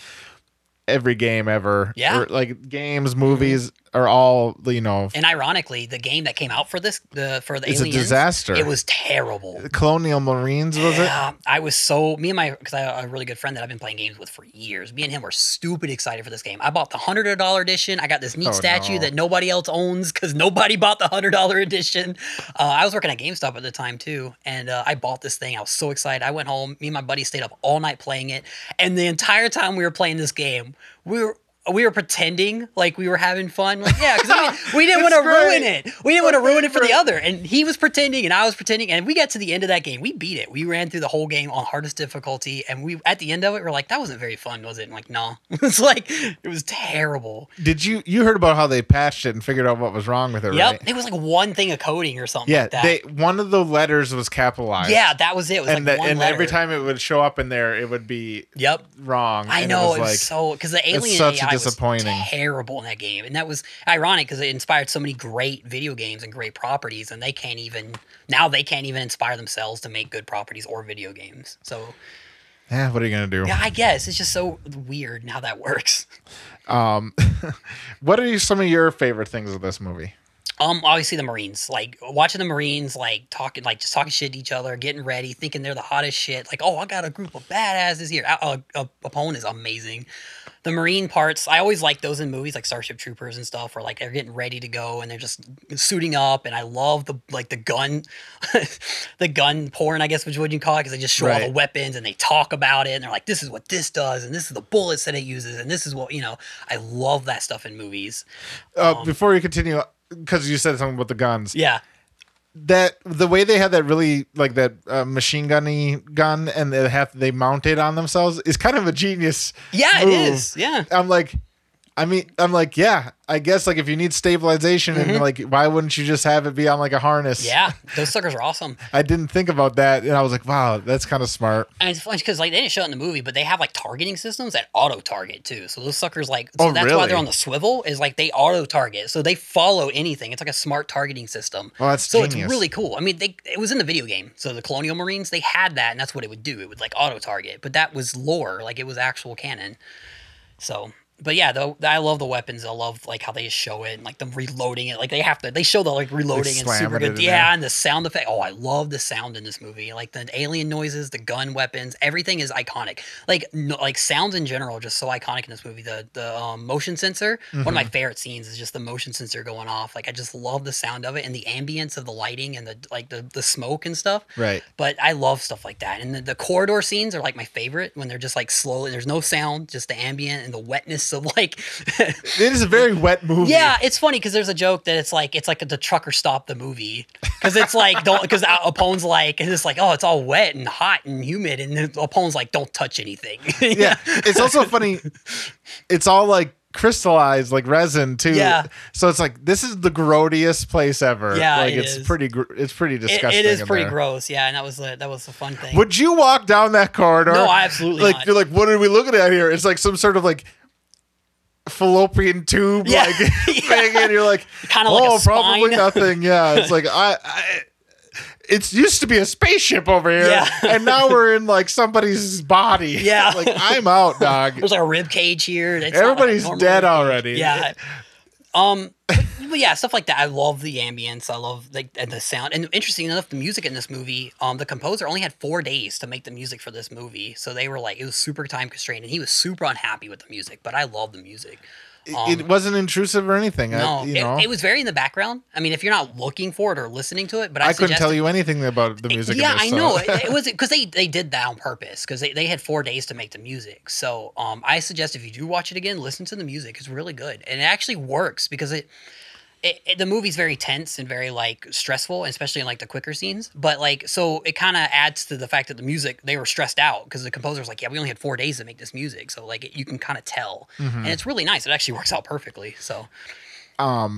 every game ever,
Yeah.
or, like games, movies are all you know.
And ironically, the game that came out for this the for the
It's a
Aliens
disaster.
It was terrible.
Colonial Marines was it?
Yeah, I was so me and my because I have a really good friend that I've been playing games with for years. Me and him were stupid excited for this game. I bought the hundred dollar edition. I got this neat
Oh,
statue
no.
that nobody else owns because nobody bought the hundred dollar edition. Uh, I was working at GameStop at the time too, and uh, I bought this thing. I was so excited. I went home. Me and my buddy stayed up all night playing it, and the entire time we were playing this game, we were. We were pretending like we were having fun. Like, yeah, because I mean, we didn't want
It's
to ruin
great.
it it. We didn't want to ruin it for the
favorite.
other. And he was pretending and I was pretending. And we got to the end of that game. We beat it. We ran through the whole game on hardest difficulty. And we at the end of it, we're like, that wasn't very fun, was [laughs] it? And like, no. it's like it was terrible.
Did you you heard about how they patched it and figured out what was wrong with it?
Yep.
Right?
It was like one thing of coding or something
Yeah,
like that.
they one of the letters was capitalized.
yeah, that was it. It was
and
like
the-
one
and
letter.
every time it would show up in there, it would be
Yep.
wrong.
I
and
know it was,
like
so because the alien
such
AI
disappointing.
was terrible in that game, and that was ironic because it inspired so many great video games and great properties, and they can't even now they can't even inspire themselves to make good properties or video games. So
eh, what are you gonna do?
Yeah, I guess it's just so weird and how that [laughs] works.
Um, what are some of your favorite things of this movie?
Um, obviously the Marines, like watching the Marines, like talking, like just talking shit to each other, getting ready, thinking they're the hottest shit. Like, oh, I got a group of badasses here. A, a, a opponent is amazing. The Marine parts, I always like those in movies like Starship Troopers and stuff, where like they're getting ready to go and they're just suiting up. And I love the like the gun, [laughs] the gun porn, I guess, which would you call it? Because they just show all
Right.
the weapons and they talk about it and they're like, this is what this does and this is the bullets that it uses and this is what you know. I love that stuff in movies.
Uh, before you continue, because you said something about the guns,
Um, Yeah.
that the way they had that really like that uh, machine gunny gun and they have they mount it on themselves is kind of a genius.
Yeah, it
move.
is. Yeah.
I'm like, I mean, I'm like, yeah, I guess like if you need stabilization and like, why wouldn't you just have it be on like a harness?
Mm-hmm. Yeah, those suckers are awesome.
I didn't think about that, and I was like, wow, that's kind of smart.
And it's funny because like they didn't show it in the movie, but they have like targeting systems that auto target too. So those suckers like so
Oh,
that's why
really?
they're on the swivel is like they auto target, so they follow anything. It's like a smart targeting system.
Well, Oh, that's
so it's
genius.
really cool. I mean, they it was in the video game, so the Colonial Marines they had that, and that's what it would do. It would like auto target, but that was lore, like it was actual canon. So. But yeah, though I love the weapons. I love like how they just show it and like them reloading it. Like they have to, they show the like reloading and
slamming
super
it
good.
in
Yeah,
there.
and the sound effect. Oh, I love the sound in this movie. Like the alien noises, the gun weapons, everything is iconic. Like no, like sounds in general, just so iconic in this movie. The the um, motion sensor. One of my favorite scenes is just the motion sensor going off. Like I just love the sound of it and the ambience of the lighting and the like the the smoke and stuff.
Right.
But I love stuff like that. And the, the corridor scenes are like my favorite when they're just like slowly. There's no sound, just the ambient and the wetness of like [laughs]
It is a very wet movie.
Yeah, it's funny because there's a joke that it's like it's like the trucker stopped the movie because it's like don't because Appone's like it's like oh it's all wet and hot and humid and then Appone's like don't touch anything. [laughs]
[laughs] yeah. It's also funny. It's all like crystallized, like resin too.
Yeah.
So it's like this is the grodiest place ever.
Yeah,
Like
it
it's
is.
pretty. Gr- it's pretty
It-
disgusting.
it is
in
pretty
there.
gross. Yeah, and that was the that was the fun thing.
Would you walk down that corridor?
No, absolutely
Like
not.
you're like, what are we looking at here? It's like some sort of like fallopian tube
[laughs] Yeah.
like [laughs]
Yeah.
thing, and you're like,
Kinda
oh,
like a
probably
spine."
nothing. Yeah,
[laughs]
it's like I. I it's used to be a spaceship over here,
Yeah.
and now we're in like somebody's body.
Yeah.
[laughs] like I'm out,
[laughs]
dog.
there's like a rib cage here. That's not like a
Everybody's
normal
dead
rib cage.
already.
Yeah. Um, but, but yeah, stuff like that. I love the ambience. I love like and the sound. And interesting enough, the music in this movie, um, the composer only had four days to make the music for this movie, so they were like it was super time constrained, and he was super unhappy with the music. But I love the music.
it it wasn't intrusive or anything.
um, No,
I, you
it-
know,
it, was very in the background. I mean, if you're not looking for it or listening to it, but I,
I couldn't
suggest
tell you anything about the music. in
yeah,
this,
I
so-
know. it, it
[laughs]
was because they, they did that on purpose because they, they had four days to make the music. So um, I suggest if you do watch it again, listen to the music. It's really good and it actually works because it, it, it- the movie's very tense and very like stressful, especially in like the quicker scenes. But like so, it kind of adds to the fact that the music they were stressed out because the composer's like, yeah, we only had four days to make this music, so like it, you can kind of tell,
Mm-hmm.
and it's really nice. It actually works out perfectly. So
Um,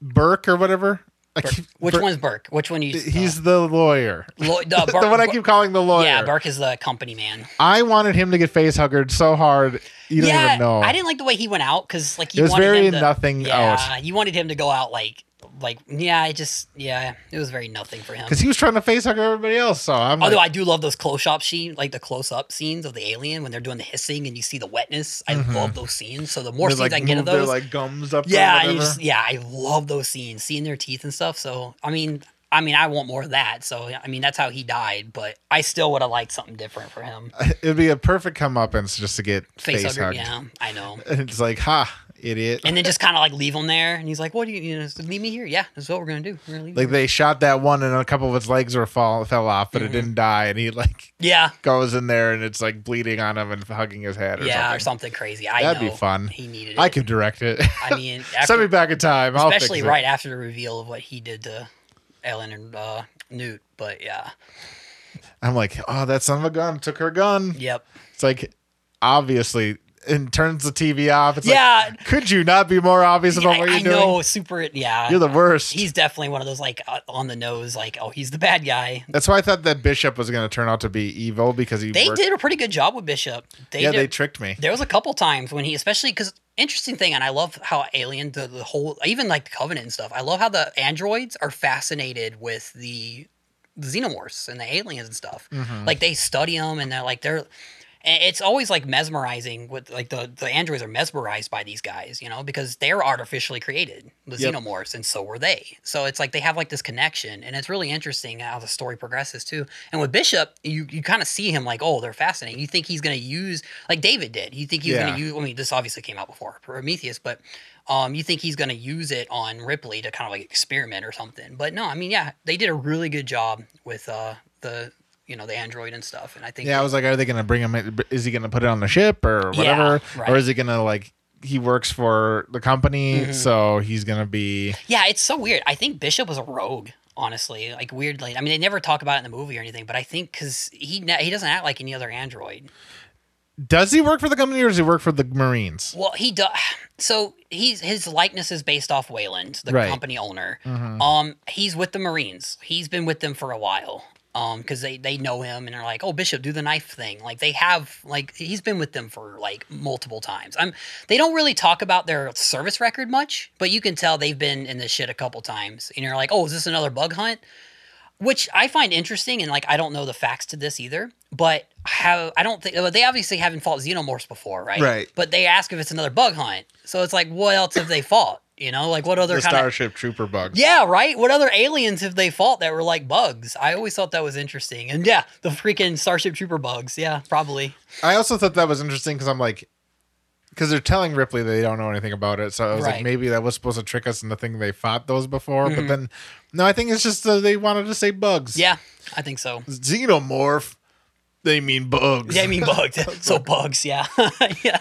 Burke or whatever. I keep-
which
Burke-
one's Burke? Which one you?
He's the lawyer.
uh, Lo- uh,
[laughs]
Burke-
the one I keep calling the lawyer.
Yeah, Burke is the company man.
I wanted him to get face huggered so hard. You don't
yeah,
even know.
I didn't like the way he went out because like you
It was
wanted
very
him to,
nothing
yeah,
out.
You wanted him to go out like like yeah, it just yeah, it was very nothing for him.
because he was trying to face hug everybody else. So I'm
Although
like,
I do love those close up scene, like the close up scenes of the alien when they're doing the hissing and you see the wetness. I love those scenes. So the more
they,
scenes
Mm-hmm. like
I can get of
move their
those,
like gums up. or
yeah, you
whatever.
just, yeah, I love those scenes, seeing their teeth and stuff. So I mean, I mean, I want more of that. So I mean, that's how he died. But I still would have liked something different for him.
it'd be a perfect comeuppance just to get [laughs] face,
Face, hugger,
hugged.
yeah, I know.
And it's like, ha, idiot.
and then just kind of like leave him there. And he's like, "What do you, you know, leave me here? Yeah, that's what we're gonna do. We're gonna leave."
like
him.
they shot that one, and a couple of its legs were fall fell off, but
Mm-hmm.
it didn't die, and he like [laughs]
yeah,
goes in there, and it's like bleeding on him and hugging his head or
yeah,
something.
or something crazy. I
That'd be
know.
fun.
He needed it.
I could direct it. [laughs]
I mean,
Send me
after,
back in time. I'll fix
especially
it.
right after the reveal of what he did to Ellen and uh, Newt. But yeah,
I'm like, oh, that son of a gun took her gun.
yep,
It's like obviously and turns the TV off. It's
yeah.
like could you not be more obvious about
I,
what you're
I
doing?
know, super. Yeah,
You're the worst.
he's definitely one of those like uh, on the nose, like, "Oh, he's the bad guy."
That's why I thought that Bishop was going to turn out to be evil because he
They
worked-
did a pretty good job with Bishop. They
yeah,
did,
they tricked me.
There was a couple times when he, especially because interesting thing, and I love how Alien, the, the whole, even like the Covenant and stuff. I love how the androids are fascinated with the, the xenomorphs and the aliens and stuff. Like they study them, and they're like they're. and It's always like mesmerizing with like the the androids are mesmerized by these guys, you know, because they're artificially created, the
Yep.
xenomorphs, and so were they. So it's like they have like this connection, and it's really interesting how the story progresses too. And with Bishop, you you kind of see him like, oh, they're fascinating. You think he's gonna use like David did. You think he's
Yeah.
gonna use. I mean, this obviously came out before Prometheus, but um, you think he's gonna use it on Ripley to kind of like experiment or something. But no, I mean, yeah, they did a really good job with uh the you know the android and stuff, and I think
Yeah, I was like, are they going to bring him? Is he going to put it on the ship or whatever,
right. Mm-hmm.
or is he going to like? He works for the company, so he's gonna be.
Yeah, it's so weird. I think Bishop was a rogue, honestly. Like weirdly, I mean, they never talk about it in the movie or anything, but I think because he ne- he doesn't act like any other android.
Does he work for the company or does he work for the Marines?
Well, he does. [sighs] So he's his likeness is based off Wayland, the
Right.
company owner. Um, he's with the Marines. He's been with them for a while. Um, because they they know him and are like, oh Bishop, do the knife thing. Like they have like he's been with them for like multiple times. I'm they don't really talk about their service record much, but you can tell they've been in this shit a couple times. And you're like, oh, is this another bug hunt? which I find interesting, and like I don't know the facts to this either, but how I don't think well, they obviously haven't fought xenomorphs before, right?
Right.
But they ask if it's another bug hunt, so it's like, what else have they fought? You know, like what other
The
kind of
Starship Trooper bug.
yeah, right? What other aliens have they fought that were like bugs? I always thought that was interesting, and yeah, the freaking Starship Trooper bugs, yeah, probably.
I also thought that was interesting because I'm like, because they're telling Ripley they don't know anything about it. So I was
Right. Mm-hmm.
like, maybe that was supposed to trick us into thinking they fought those before. But then, no, I think it's just uh, they wanted to say bugs.
Yeah, I think so.
Xenomorph, they mean bugs.
Yeah, I mean bugs. [laughs] so bugs, yeah, [laughs] yeah.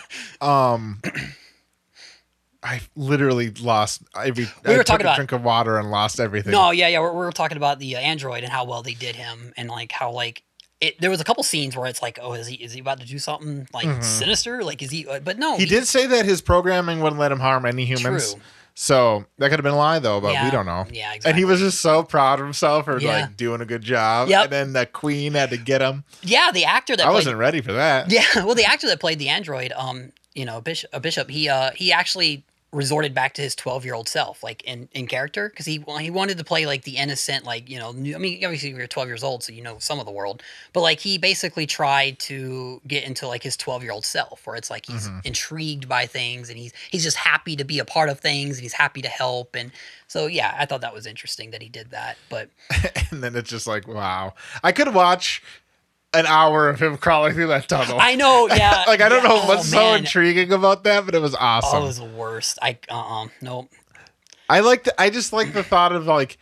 I literally lost every.
We
I
were
took
talking
a
about-
drink of water and lost everything.
No, yeah, yeah. We're, we're talking about the uh, android and how well they did him, and like how like it. There was a couple scenes where it's like, oh, is he is he about to do something like sinister? Like is he? uh, But no,
Mm-hmm. he did say that his programming wouldn't let him harm any humans.
True.
So that could have been a lie though, but
Yeah.
we don't know.
Yeah,
And he
exactly.
was just so proud of himself for
Yeah.
like doing a good job.
Yep.
And then the queen had to get him.
Yeah, the actor that
I
played,
wasn't ready for that.
Yeah, [laughs] well, the actor that played the android, um, you know, bishop, a bishop, he uh, he actually resorted back to his 12 year old self like in in character because he wa- he wanted to play like the innocent like you know new, i mean obviously you're 12 years old so you know some of the world but like he basically tried to get into like his 12 year old self where it's like he's
Mm-hmm.
intrigued by things and he's he's just happy to be a part of things and he's happy to help and so yeah i thought that was interesting that he did that but
And then it's just like, wow. I could watch an hour of him [laughs] crawling through that tunnel.
i know yeah
Oh. [laughs] like I don't
yeah,
know
oh,
what's so
man.
intriguing about that, but it was awesome.
Oh, it was the worst. I uh uh nope.
I like the, I just like the thought of like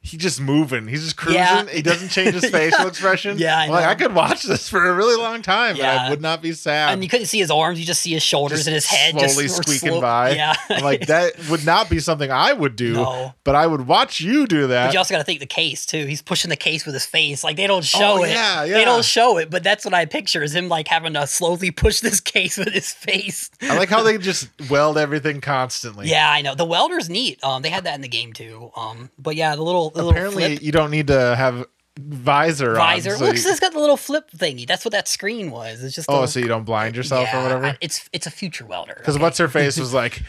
he just moving. He's just cruising.
Yeah.
He doesn't change
[laughs]
his facial expression.
Yeah, I
I like
know.
I could watch this for a really long time and
Yeah.
I would not be sad.
And you couldn't see his arms; you just see his shoulders and his head just
slowly
[laughs] were
squeaking
slow-
by.
Yeah,
[laughs] I'm like that would not be something I would do,
No.
but I would watch you do
But
that.
you also got to think the case too. He's pushing the case with his face. Like they don't show
Oh,
it.
yeah,
They
yeah.
don't show it. But that's what I picture is him like having to slowly push this [laughs] case with his face.
I like how they just weld everything constantly.
Yeah, I know. The welder's neat. Um, they had that in the game too. Um, but yeah, the little the
Apparently,
little flip
you don't need to have visor on,
visor.
so
Looks,
you-
it's got the little flip thingy. That's what that screen was. It's just a
oh,
little-
so you don't blind yourself
Yeah,
or whatever.
I- it's it's a
[laughs]
future welder.
Because what's her face was
[laughs]
like,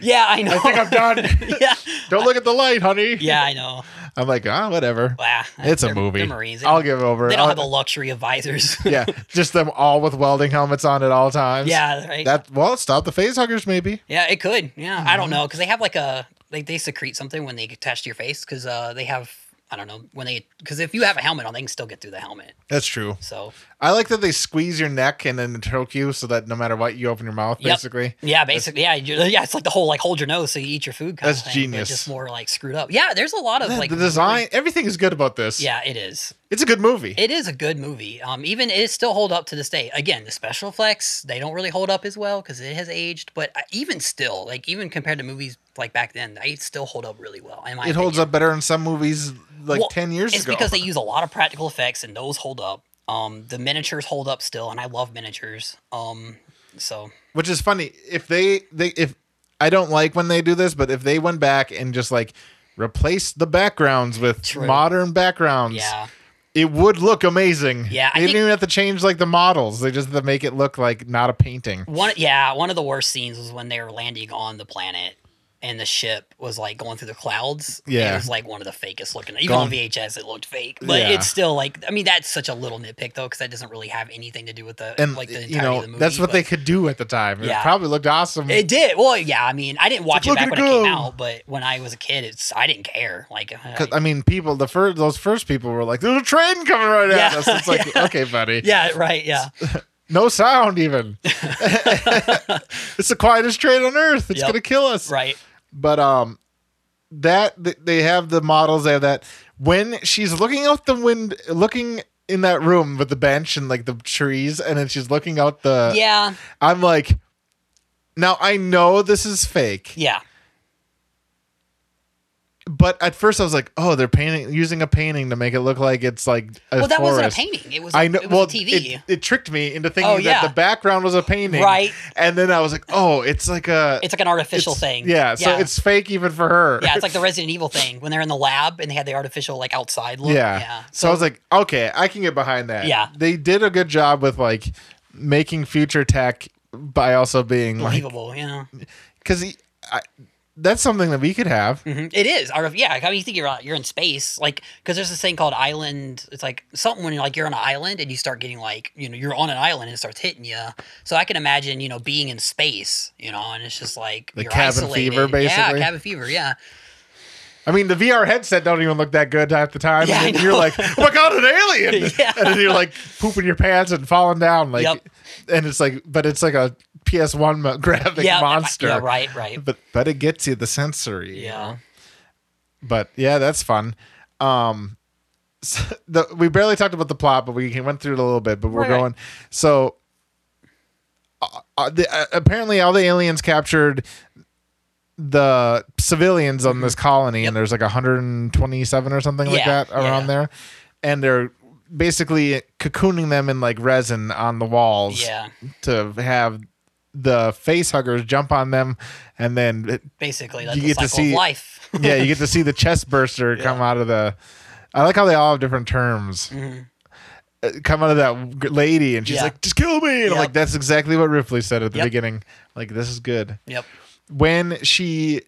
Yeah, I know.
I think I'm done.
[laughs] yeah,
don't look at the light, honey.
yeah, I know.
I'm like, ah, whatever.
Wow,
It's a
They're-
movie.
They're Marines. They
I'll
don't-
give over.
They don't
I'll-
have the luxury
[laughs]
of visors.
yeah, just them all with welding helmets on at all times.
yeah, right.
That well, stop the phasehuggers maybe.
yeah, it could. Yeah, I
Mhm.
don't know because they have like a they they secrete something when they get attached to your face because uh, they have I don't know when they because if you have a helmet on, they can still get through the helmet.
That's true.
So
I like that they squeeze your neck and then choke you so that no matter what you open your mouth,
Yep.
basically.
yeah, basically yeah, you yeah, it's like the whole like hold your nose so you eat your food. Kind
That's
of thing, but
genius.
Just more like screwed up. Yeah, there's a lot of like
the design, everything is good about this.
Yeah, it is.
it's a good movie.
It is a good movie. Um, even it still hold up to this day. Again, the special effects they don't really hold up as well because it has aged. But I- even still, like even compared to movies like back then, they still hold up really well. In my
It holds
opinion.
up better in some movies like
Well,
ten years
It's
ago.
because they use a lot of practical effects, and those hold up. Um, the miniatures hold up still, and I love miniatures. Um, so
Which is funny. If they they if I don't like when they do this, but if they went back and just like replaced the backgrounds with
True.
modern backgrounds,
yeah,
it would look amazing.
Yeah, I
they didn't
think-
even have to change like the models. They just have to make it look like not a painting.
one yeah one of the worst scenes was when they were landing on the planet. And the ship was like going through the clouds. and
Yeah.
it was like one of the fakest looking. Even
Gone-
on VHS, it looked fake, but
Yeah.
it's still like. I mean, that's such a little nitpick though, because that doesn't really have anything to do with the
And
like the entirety
you know
of the movie.
that's what
but
they could do at the time. It
Yeah.
probably looked awesome.
It did. Well, yeah. I mean, I didn't watch it
look
back
at
when it came
go.
out, but when I was a kid, it's I didn't care. Like, uh, I-
'Cause, I mean, people the first those first people were like, "There's a train coming right at
[laughs] Yeah.
us." It's like, okay, buddy,
yeah, right. Yeah.
no sound
[laughs]
even. [laughs] it's the quietest train on earth. It's
Yep.
gonna kill us.
Right.
But um, that th- they have the models. They have that when she's looking out the wind, looking in that room with the bench and like the trees, and then she's looking out the.
Yeah.
I'm like, now I know this is fake.
Yeah.
but at first I was like, oh, they're painting using a painting to make it look like it's like a
well, that wasn't a
forest.
painting. It was.
I know.
It was
well,
a TV.
It, it tricked me into thinking
Oh, yeah.
that the background was a painting,
Right.
And then I was like, oh, it's like a
it's like an artificial
it's-
thing.
Yeah, so it's fake even for her.
yeah, it's like the Resident Evil thing when they're in the lab and they had the artificial like outside look.
yeah.
yeah.
So, I was like, okay, I can get behind that.
Yeah.
They did a good job with like making future tech by also being like
believable. you know,
because that's something that we could have.
Mhm. It is. Artif- yeah, I mean, you think you're on- you're in space, like because there's this thing called island. It's like something when you're like you're on an island and you start getting like you know you're on an island and it starts hitting you. So I can imagine you know being in space, you know, and it's just like
Like
you're
cabin
isolated.
fever,
Yeah,
basically.
cabin fever. Yeah.
I mean, the VR headset don't even look that good half the time.
Yeah, I
and then you're
know.
like, oh my god, an alien!
[laughs] Yeah.
And then you're like pooping your pants and falling down, like,
Yep.
and it's like, but it's like a PS1 mo- [laughs] graphic
yeah.
monster,
Yeah. Right. Right.
But but it gets you the sensory, you
Yeah.
know? But yeah, that's fun. Um, so the, we barely talked about the plot, but we went through it a little bit. But we're
Right, right.
going so. Uh, uh, the, uh, apparently, all the aliens captured the civilians
Mm-hmm.
on this colony, and there's like 127 or something like
Yeah,
that around
yeah.
there, and they're basically cocooning them in like resin on the walls
Yeah.
to have the face huggers jump on them, and then
Basically, that's
You
the
get to
cycle of
see-
life. [laughs]
yeah, you get to see the chest burster come out of the. I like how they all have different terms. Uh, Come out of that g- lady, and she's
Mm-hmm. Yeah.
like, "Just kill me!" And I'm
Yep.
like, "That's exactly what Ripley said at the
Yep.
beginning. Like, this is good."
yep.
When she,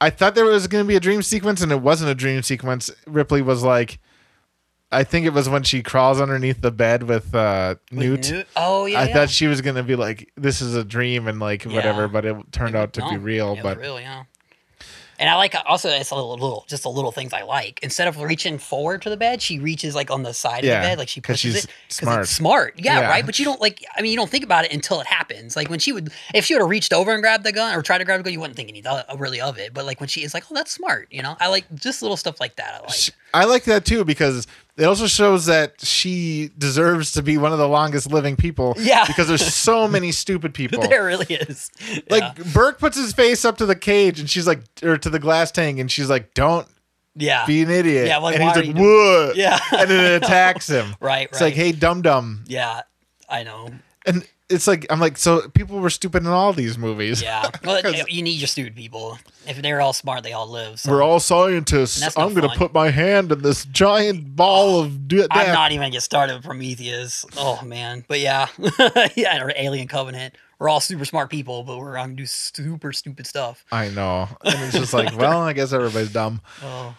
I thought there was going to be a dream sequence, and it wasn't a dream sequence. Ripley was like, "I think it was when she crawls underneath the bed with uh, Newt."
Newt- Oh yeah.
I
yeah.
thought she was going to be like, "This is a dream," and like
Yeah.
whatever, but it turned out to be
No,
real.
it was
but
real, yeah. And I like also it's a little, little just the little things I like. Instead of reaching forward to the bed, she reaches like on the side
Yeah,
of the bed, like she
'cause
pushes
she's
it
smart.
it's smart. Yeah,
Yeah.
right. But you don't like. I mean, you don't think about it until it happens. Like when she would, if she would have reached over and grabbed the gun or tried to grab the gun, you wouldn't think any th- really of it. But like when she is like, oh, that's smart. You know, I like just little stuff like that. I like.
Sh- I like that too because it also shows that she deserves to be one of the longest living people.
[laughs] Yeah.
Because there's so many stupid people.
[laughs] [laughs] there really is.
Like Burke puts his face up to the cage and she's like, or to the glass tank, and she's like, "Don't
yeah, yeah.
be an idiot."
Yeah, like,
and
why
he's
are
like,
you doing-
"What?"
[laughs] Yeah.
and then it attacks him.
[laughs] Right,
It's like,
right.
"Hey, dum dum,"
yeah. I know.
and it's like, I'm like, so people were stupid in all these movies.
Yeah.
[laughs]
Well,
'Cause
you need your stupid people. If they're all smart, they all live. So.
We're all scientists.
That's no
I'm gonna
fun.
put my hand in this giant ball of de- death.
I'm not even gonna get started with Prometheus. Oh man, but yeah, [laughs] yeah, or Alien Covenant. We're all super smart people, but we're gonna do super stupid stuff.
I know, and it's just
[laughs]
like, well, I guess everybody's dumb.
Oh,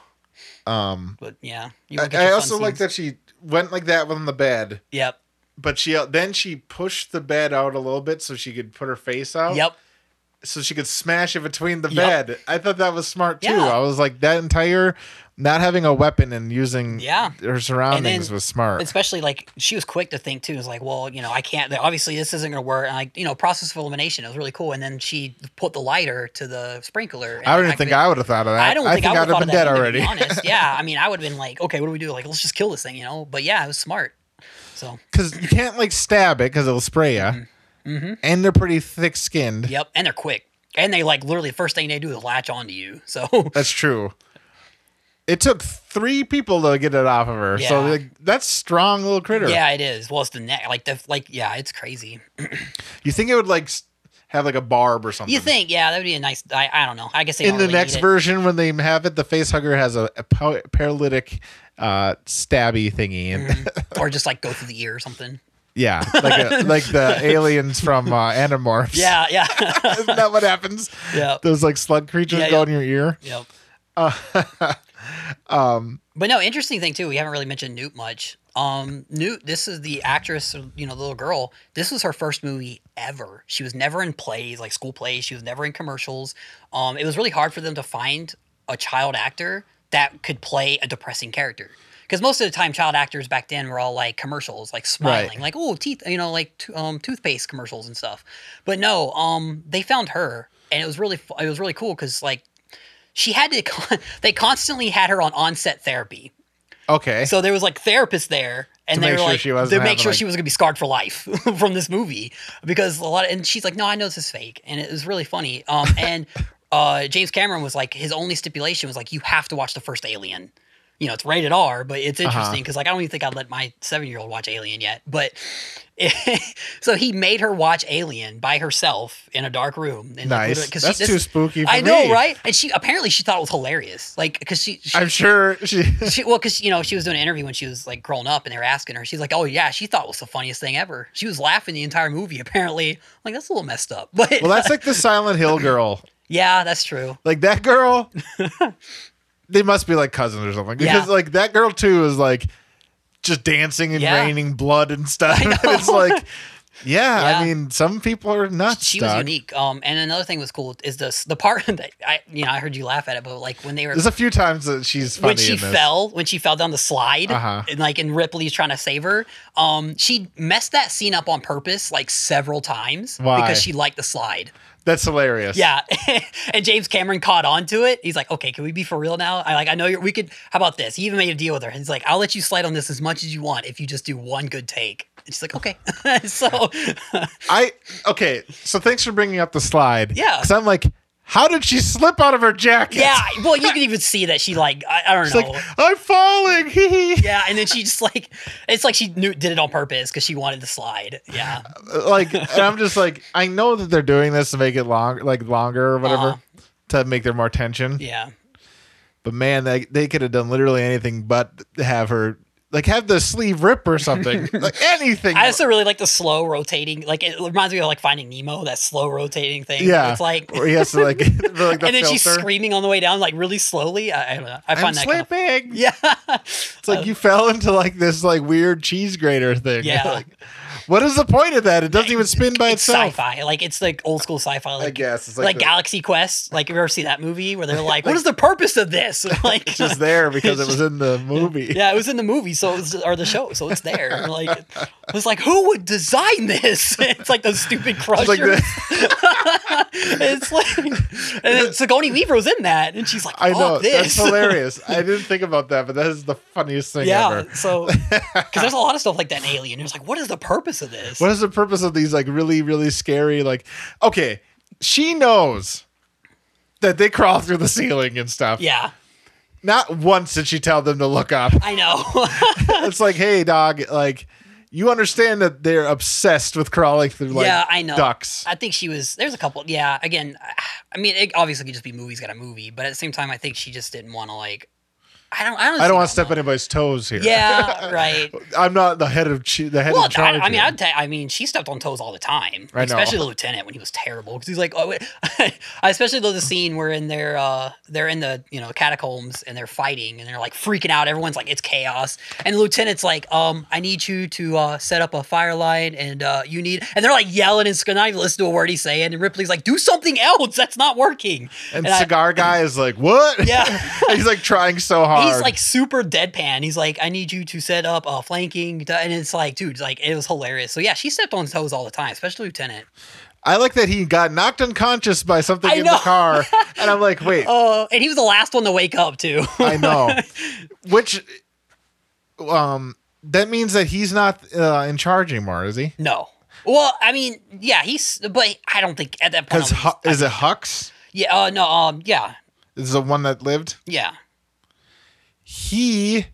Um,
but yeah, you
I,
won't get
I
your fun
also like
scenes.
that she went like that on the bed,
Yep,
but she uh, then she pushed the bed out a little bit so she could put her face out.
yep.
So she could smash it between the
Yep.
bed. I thought that was smart too.
Yeah.
I was like, that entire not having a weapon and using
Yeah.
her surroundings was smart.
Especially like she was quick to think too. It's like, well, you know, I can't. Obviously, this isn't gonna work. And like, you know, process of elimination. It was really cool. And then she put the lighter to the sprinkler. and
I don't even think
activated-
I would have thought of that.
I don't think I,
I'd
would have
have
thought
been
of that
dead
either, to
already.
be
[laughs]
honest. yeah, I mean, I would have been like, okay, what do we do? Like, let's just kill this thing, you know? But yeah, it was smart. So
Because you can't like stab it because it'll spray you.
Mm-hmm.
And they're pretty thick skinned.
Yep, and they're quick, and they like literally the first thing they do is latch onto you. [laughs] So
That's true. It took three people to get it off of her. So
Yeah.
like, that's strong little critter.
yeah, it is. Well, it's the neck, like the like yeah, it's crazy.
You think it would like s- have like a barb or something?
You think yeah, that would be a nice. I, I don't know. I guess they
Mm-hmm. in the
don't really
next
need it.
version when they have it, the face hugger has a, a pow- paralytic, uh, stabby thingy, and
or just like go through the ear or something.
[laughs] yeah, like
[laughs]
a, like the aliens from uh, Animorphs.
Yeah, yeah,
[laughs]
[laughs]
isn't that what happens?
yeah,
Those like slug creatures
Yeah,
go
yeah.
in your ear.
yep. um, but no, interesting thing too. We haven't really mentioned Newt much. Um, Newt, this is the actress, you know, the little girl. This was her first movie ever. She was never in plays, like school plays. She was never in commercials. Um, it was really hard for them to find a child actor that could play a depressing character. Because most of the time, child actors back then were all like commercials, like smiling,
Right.
like oh teeth, you know, like to- um, toothpaste commercials and stuff. But no, um, they found her, and it was really fu- it was really cool because like she had to [laughs] con- they constantly had her on onset therapy
Okay,
so there was like therapists there and
To
they
make
were
sure
like
she wasn't
they make
having,
sure
like-
she was gonna be scarred for life [laughs]
[laughs]
from this movie because a lot of, and she's like no i know this is fake and it was really funny um and uh, James Cameron was like his only stipulation was like you have to watch the first Alien. You know, it's rated R, but it's
Uh-huh.
interesting because like I don't even think I'd let my seven year old watch Alien yet. But [laughs] so he made her watch Alien by herself in a dark room. And like,
Nice.
literally- 'cause
That's
this-
too spooky for
I know,
me.
right? And she apparently she thought it was hilarious, like because she, she
I'm sure
[laughs]
she.
she, well, because you know she was doing an interview when she was like growing up, and they were asking her. She's like, "Oh yeah," she thought it was the funniest thing ever. She was laughing the entire movie. Apparently, I'm like that's a little messed up, [laughs] but
Well, that's like the Silent Hill girl.
yeah, that's true.
Like that
[laughs]
girl. they must be like cousins or something because
Yeah.
like that girl too is like just dancing and
Yeah.
raining blood
[laughs]
and stuff.
I know.
[laughs] it's like, yeah,
Yeah.
I mean, some people are nuts.
She was
dog.
unique. Um, and another thing was cool is this the part [laughs] that I you know I heard you laugh at it, but like when they were
There's a few times that she's funny
when she
in this.
fell when she fell down the slide
Uh-huh.
and like and Ripley's trying to save her um she messed that scene up on purpose like several times
Why?
because she liked the slide
That's hilarious.
Yeah, [laughs] and James Cameron caught on to it. He's like, "Okay, can we be for real now?" I like, I know you're. We could. How about this? He even made a deal with her. He's like, "I'll let you slide on this as much as you want if you just do one good take." And she's like, "Okay." [laughs]
[laughs]
so,
I okay. So thanks for bringing up the slide.
Yeah.
Because I'm like, how did she slip out of her jacket?
yeah. Well, you can even see that she like I, I don't
It's
know.
like I'm falling. [laughs] hee hee.
yeah, and then she just like it's like she knew did it on purpose because she wanted to slide. Yeah.
Like, and I'm just like, I know that they're doing this to make it long, like longer or whatever,
Uh-huh.
to make there more tension.
Yeah.
But man, they they could have done literally anything but have her like have the sleeve rip or
[laughs]
something, like anything.
I also really like the slow rotating. Like it reminds me of like Finding Nemo, that slow rotating thing.
yeah,
It's [laughs] like.
or he has to like, [laughs] like the
and then
filter.
she's screaming on the way down, like really slowly. I, I don't know. I
I'm
find that kind
slipping.
of [laughs] Yeah.
It's like you fell into like this like weird cheese grater thing.
Yeah.
[laughs] Like, what is the point of that? It doesn't even spin by
it's
itself.
sci-fi. Like it's like old school sci-fi. Like,
guess. It's like
like,
the-
Galaxy Quest. Like you ever see that
[laughs]
movie where they're like, "What is the purpose of this?" [laughs] Like
It's just there because it was in the movie.
[laughs] Yeah, it was in the movie, so it was, or the show, so
[laughs]
it's there. Like, it was like, who would design this? [laughs] It's like those
[laughs]
stupid crushers.
It's like the,
[laughs] it's like, and then Sigourney Weaver was in that, and she's like,
I know
"Fuck this. [laughs]
that's hilarious. I didn't think about that, but that is the funniest thing
yeah.
ever.
So, because there's a lot of stuff like that in Alien. It was like, what is the purpose of this?
What is the purpose of these like really really scary like? Okay, she knows that they crawl through the ceiling and stuff.
Yeah,
Not once did she tell them to look
[laughs]
up.
I know.
it's like, hey, dog, like you understand that they're obsessed with crawling through like
Yeah, I know.
ducks.
I think she was. There's a couple. Yeah. Again, I mean, it obviously could just be movies got a movie, but at the same time, I think she just didn't want to like. I don't. I,
I don't want to step on anybody's toes here. [laughs]
Yeah. Right.
I'm not the head of chi- the head
Well,
of
I,
charge.
I mean,
here.
I'd ta- I mean, she stepped on toes all the time,
I know.
especially the lieutenant when he was terrible because he's like, oh, wait. [laughs] I especially love the scene where in their uh, they're in the you know catacombs and they're fighting and they're like freaking out. Everyone's like, it's chaos, and the lieutenant's like, um, I need you to uh, set up a fire line, and uh, you need, and they're like yelling and sc- not even listen to a word he's saying, and Ripley's like, do something else, that's not working,
and,
I-
cigar guy is like, what? [laughs]
yeah.
he's like trying so hard.
He's like super deadpan. He's like, I need you to set up a flanking, d- and it's like, dude, like it was hilarious. So yeah, she stepped on his toes all the time, especially Lieutenant.
I like that he got knocked unconscious by something
I
in the
know. [laughs]
car, and I'm like, wait,
Oh, and he was the last one to wake up too.
[laughs] I know. Which, um, that means that he's not uh, in charge anymore, is he?
[laughs] no. Well, I mean, yeah, he's, but I don't think at that point.
Because
I was-
is it Hux?
yeah, uh, no, um, yeah,
Is the one that lived?
yeah,
He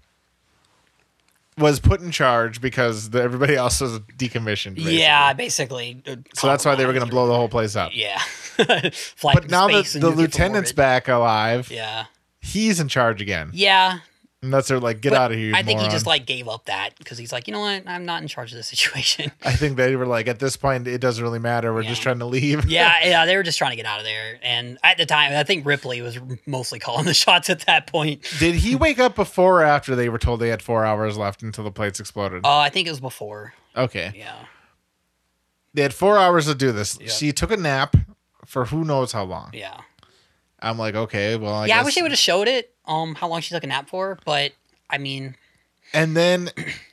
was put in charge because the, everybody else was decommissioned. Basically.
yeah, basically. uh,
So that's why they were going to
compromised.
blow the whole place up.
Yeah. [laughs]
But now that the lieutenant's back alive,
Yeah.
he's in charge again.
Yeah.
And that's her like, get
but
out of here. you
I think
moron."
he just like gave up that because he's like, you know what? I'm not in charge of this situation.
I think they were like, at this point, it doesn't really matter. We're just
Yeah.
trying to leave.
yeah, [laughs] yeah, they were just trying to get out of there. And at the time, I think Ripley was mostly calling [laughs] the shots at that point.
Did he wake up before or after they were told they had four hours left until the plates exploded?
Oh, I think it was before.
okay.
Yeah.
They had four hours to do this.
Yeah.
She took a nap for who knows how long.
Yeah.
I'm like, okay, well, I
yeah,
guess.
I wish they would have showed it, um, how long she took a nap for, but I mean,
and then [clears throat]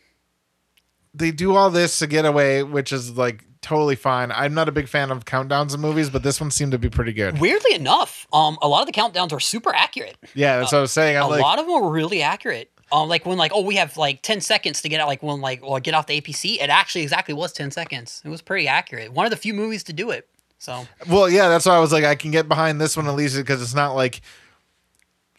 they do all this to get away, which is like totally fine. I'm not a big fan of countdowns in movies, but this one seemed to be pretty good.
weirdly enough, um, a lot of the countdowns are super accurate.
Yeah, that's what I was saying. I'm
Uh, A
like,
lot of them are really accurate. Um, like when like, oh, we have like ten seconds to get out, like when like well get off the APC, it actually exactly was ten seconds. It was pretty accurate. One of the few movies to do it. So
Well, yeah, that's why I was like, I can get behind this one at least because it's not like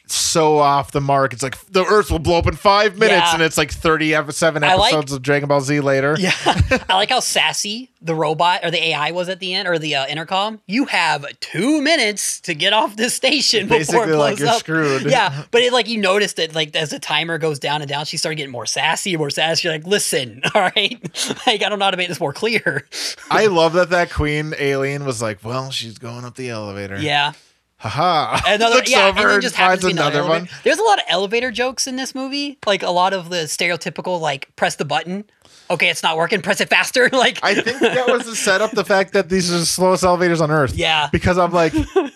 so off the mark. It's like the Earth will blow up in five minutes,
Yeah.
and it's like thirty ev- seven
I like-
episodes of Dragon Ball Z later.
yeah, [laughs] I like how sassy the robot or the AI was at the end or the uh, intercom. You have two minutes to get off this station before it
Basically,
blows
like, you're
up.
screwed.
Yeah, but it like you noticed it like as the timer goes down and down, she started getting more sassy, more sassy. You're like, listen, [laughs] all right, like I don't know how to make this
[laughs]
more clear.
I love that that Queen alien was like, well, she's going up the elevator.
Yeah.
haha.
[laughs] another
Looks
yeah,
over
and then just
finds
happens to be another,
another
elevator.
one.
There's a lot of elevator jokes in this movie, like a lot of the stereotypical like press the button. Okay, it's not working. Press it faster. [laughs] Like
I think that was the setup, the fact that these are the slowest elevators on Earth.
Yeah.
Because I'm like,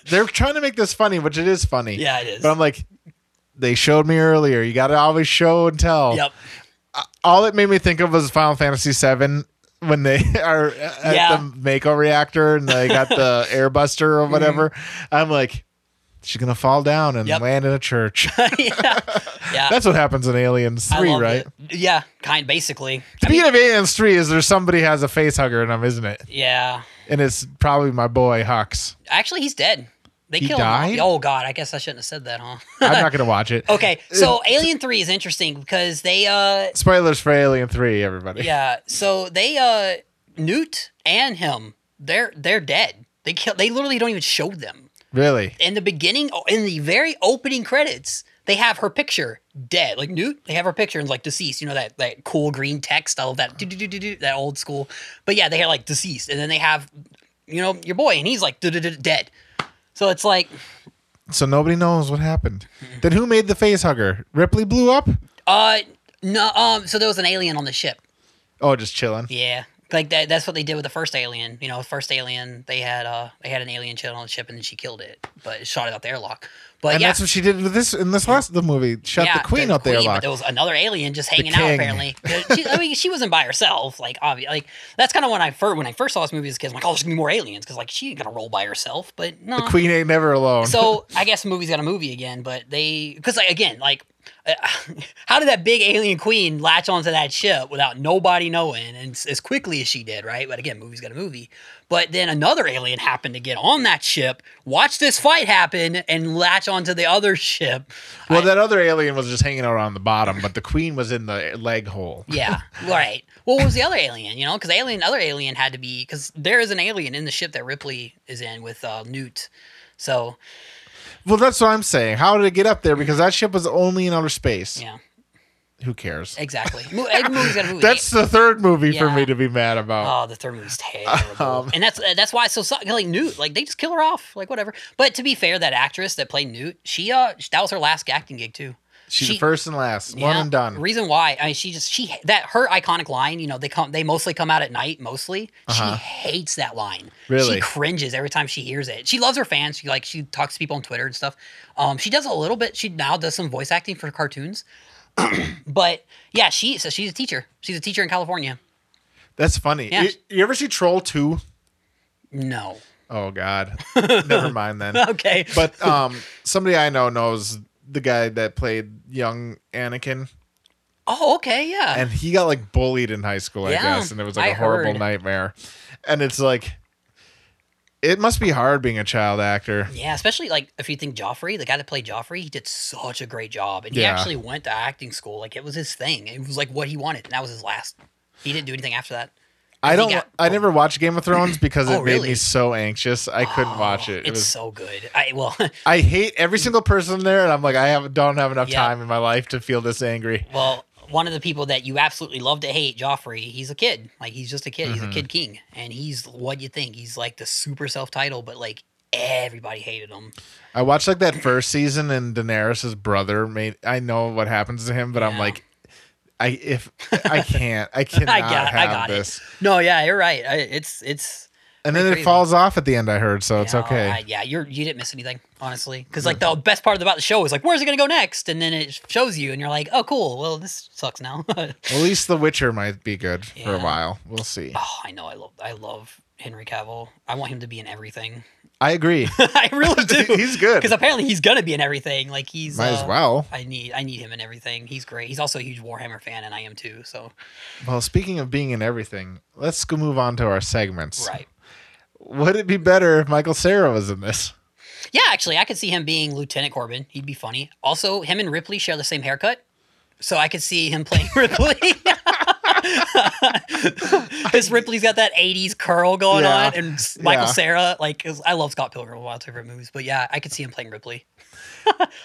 they're trying to make this funny, which it is funny.
Yeah, it is.
But I'm like, they showed me earlier. You got to always show and tell.
yep. [laughs]
All it made me think of was Final Fantasy VII when they [laughs] are at
Yeah. Mm-hmm.
the Mako reactor and they got
[laughs]
the airbuster or whatever. I'm like, she's going to fall down and
Yep.
land in a
[laughs]
church. [laughs]
yeah. Yeah.
That's what happens in Aliens 3,
loved
right?
it. Yeah, kind basically. I mean,
Speaking of Aliens 3, is there somebody has a face hugger in him, isn't it?
yeah.
And it's probably my boy, Hux.
Actually, he's dead. They
He
killed
died?
him. Oh god, I guess I shouldn't have said that, huh? [laughs]
I'm not gonna watch it.
okay,
[laughs]
so Alien 3 is interesting because they uh
Spoilers for Alien Three, everybody.
Yeah. So they uh Newt and him, they're they're dead. They kill they literally don't even show them.
Really?
In the beginning oh, in the very opening credits, they have her picture dead. Like Newt, they have her picture and like deceased, you know that that cool green text, all of that do do do do do that old school. But yeah, they have like deceased and then they have you know your boy and he's like duh, duh, duh, dead. So it's like
So nobody knows what happened.
Hmm.
Then who made the face hugger? Ripley blew up?
uh no um so there was an alien on the ship.
Oh, just chilling.
Yeah, like that. That's what they did with the first alien. You know, the first alien they had uh they had an alien shit on the ship, and then she killed it, but it shot it out the airlock. But
And
yeah,
that's what she did with this in this last the movie. Shut
yeah,
the queen up there,
queen, But
lock.
there was another alien just hanging out.
king.
Apparently, she, I
[laughs]
mean, she wasn't by herself. Like, obviously, like that's kind of when I first when I first saw this movie as a kid. I'm like, oh, there's gonna be more aliens because like she ain't gonna roll by herself. But no,
The queen ain't never alone.
so I guess the movie's got a movie again, but they because like, again, like, [laughs] uh, how did that big alien queen latch onto that ship without nobody knowing, and s- as quickly as she did, right? But again, movie's got a movie. But then another alien happened to get on that ship, watch this fight happen, and latch onto the other ship.
[laughs] well, that other alien was just hanging around the bottom, but the queen was in the leg hole.
Yeah, right. Well, what was the other alien? You know, because alien, other alien had to be because there is an alien in the ship that Ripley is in with uh, Newt. So
Well, that's what I'm saying. How did it get up there? Because that ship was only in outer space.
yeah,
Who cares?
exactly. Mo- every movie's got a movie.
That's the third movie for
Yeah.
me to be mad about.
Oh, the third movie's terrible, and that's uh, that's why it's so su- like Newt, like they just kill her off, like whatever. But to be fair, that actress that played Newt, she uh, that was her last acting gig too.
She's
she-
first and last. One
Yeah.
and done.
Reason why? I mean, she just she that her iconic line. You know, they come they mostly come out at night. Mostly, she hates that line.
Uh-huh. Really?
she cringes every time she hears it. She loves her fans. She like she talks to people on Twitter and stuff. Um, she does a little bit. She now does some voice acting for cartoons. [clears throat] but yeah, she so she's a teacher. She's a teacher in California.
That's funny.
Yeah.
You, you ever see Troll 2?
No. [laughs]
Oh God. Never mind then.
Okay.
But um somebody I know knows the guy that played young Anakin
Oh, okay, yeah.
and he got like bullied in high school, I
Yeah,
guess, and it was like a
I
horrible
heard.
nightmare. And it's like it must be hard being a child actor.
yeah, especially like if you think Joffrey, the guy that played Joffrey, he did such a great job, and he
Yeah.
actually went to acting school. Like it was his thing. It was like what he wanted, and that was his last. He didn't do anything after that.
I don't
got-
I never watched Game of
[clears throat]
Thrones because
Oh,
it made
really?
me so anxious. I couldn't watch
Oh,
it. It
It's
was
so good. I well, [laughs]
I hate every single person there and I'm like I have don't have enough
Yeah.
time in my life to feel this angry.
well, one of the people that you absolutely love to hate, Joffrey, he's a kid. Like he's just a kid.
Mm-hmm.
He's a kid king, and he's what you think. He's like the super self-titled, but like everybody hated him.
I watched like that first season and Daenerys' brother made I know what happens to him, but I'm
Yeah.
like I if I can't I cannot
[laughs] I got, I
have
got
this.
it. No, yeah, you're right. I, it's, it's.
And then
Pretty
it
crazy.
falls off at the end I heard, so it's
No,
okay.
I- yeah, you're you didn't miss anything, honestly. Because like the best part about the show is like, where's it gonna go next? And then it shows you, and you're like, oh, cool. Well, this sucks now. [laughs] Oh,
At least The Witcher might be good for a
Yeah.
while. We'll see.
oh, I know. I love. I love Henry Cavill. I want him to be in everything. [laughs]
I agree.
I really do.
[laughs] He's good.
Because apparently he's gonna be in everything. Like he's
Might as
uh,
well.
I need I need him in everything. He's great. He's also a huge Warhammer fan, and I am too. So
Well, speaking of being in everything, let's go move on to our segments.
right.
Would it be better if Michael Sarah was in this?
Yeah, actually, I could see him being Lieutenant Corbin. He'd be funny. Also, him and Ripley share the same haircut, so I could see him playing
[laughs]
[laughs] Ripley. Because Ripley's got that '80s curl going
Yeah.
on, and s- Michael
Yeah.
Sarah, like is- I love Scott Pilgrim, one of my favorite movies. But yeah, I could see him playing Ripley.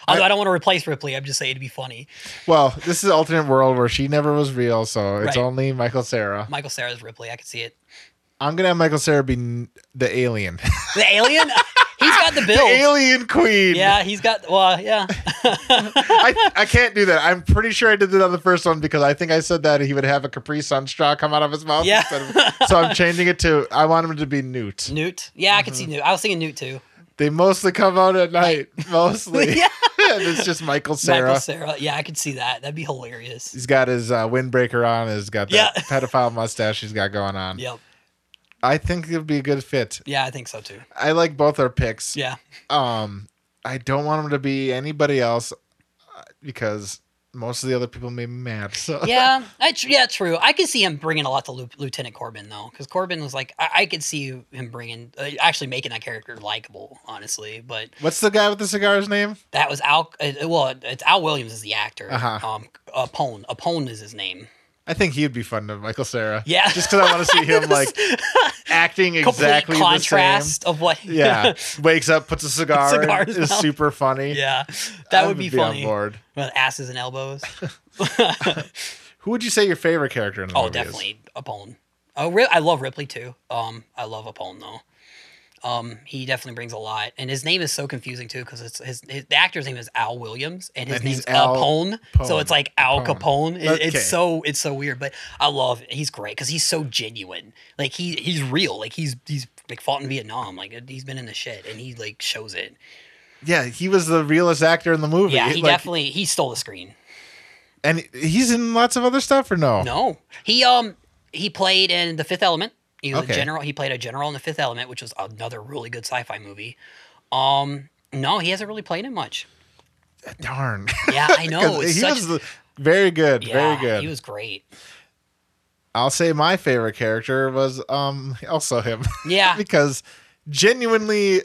Although I, don't want to replace Ripley, I'm just saying it'd be funny.
Well, this is an alternate world where she never was real, so it's
Right.
only Michael Sarah.
Michael Sarah's Ripley, I could see it.
I'm gonna have Michael Sarah be n- the alien, [laughs]
The alien, [laughs] he's got the
the
build.
alien queen.
yeah, he's got. Well, yeah,
[laughs] I, I can't do that. I'm pretty sure I did that on the first one because I think I said that he would have a Capri Sun straw come out of his mouth.
Yeah.
instead of- so I'm changing it to I want him to be Newt.
Newt. Yeah, I could
Mm-hmm.
see Newt. I was thinking Newt too.
They mostly come out at
[laughs]
night, mostly.
Yeah.
[laughs] and it's just Michael Sarah.
Michael Sarah. Yeah, I could see that. That'd be hilarious.
He's got his uh, windbreaker on. He's got that
Yeah.
[laughs] pedophile mustache he's got going on.
Yep.
I think it'd be a good fit.
Yeah, I think so too.
I like both our picks.
Yeah. [laughs]
Um, I don't want him to be anybody else uh, because most of the other people made me mad. [laughs] So
Yeah. I tr- yeah, true. I could see him bringing a lot to Lu- Lieutenant Corbin though, because Corbin was like, I, I could see him bringing, uh, actually making that character likable, honestly. But
What's the guy with the cigar's name?
that was Al. Uh, well, it's Al Williams is the actor.
Uh-huh.
Um, Apone. Apone is his name.
I think he'd be fun to Michael Sarah.
Yeah.
Just because I want to
[laughs]
see him like acting exactly
Complete contrast of what.
the same.
[laughs]
Yeah. Wakes up, puts a cigar,
Cigar in
in,
his
is
mouth.
super funny.
yeah.
I
That would be,
on
funny.
board.
With asses and elbows.
Who would you say your favorite character in the
Oh,
movie is?
definitely Apone. Oh, Ri- I love Ripley too. Um, I love Apone though. Um, he definitely brings a lot, and his name is so confusing too because it's his, his the actor's name is Al Williams, and his
And he's
name's
Al
Apone, so
Pone.
it's like Al
Pone.
Capone. It-
Okay.
It's so it's so weird, but I love. He's great because he's so genuine. Like he he's real. Like he's he's like fought in Vietnam. Like he's been in the shit, and he like shows it.
Yeah, he was the realest actor in the movie.
Yeah, he
Like,
definitely he stole the screen.
And he's in lots of other stuff or no?
No, he um he played in The Fifth Element. He was
Okay.
a general. He played a general in The Fifth Element, which was another really good sci-fi movie. Um, no, he hasn't really played it much.
Darn.
Yeah,
[laughs]
I
'Cause
know.
he
It's such,
was the- very good.
yeah,
very good.
He was great.
I'll say my favorite character was um [laughs] also him. [laughs]
Yeah.
because genuinely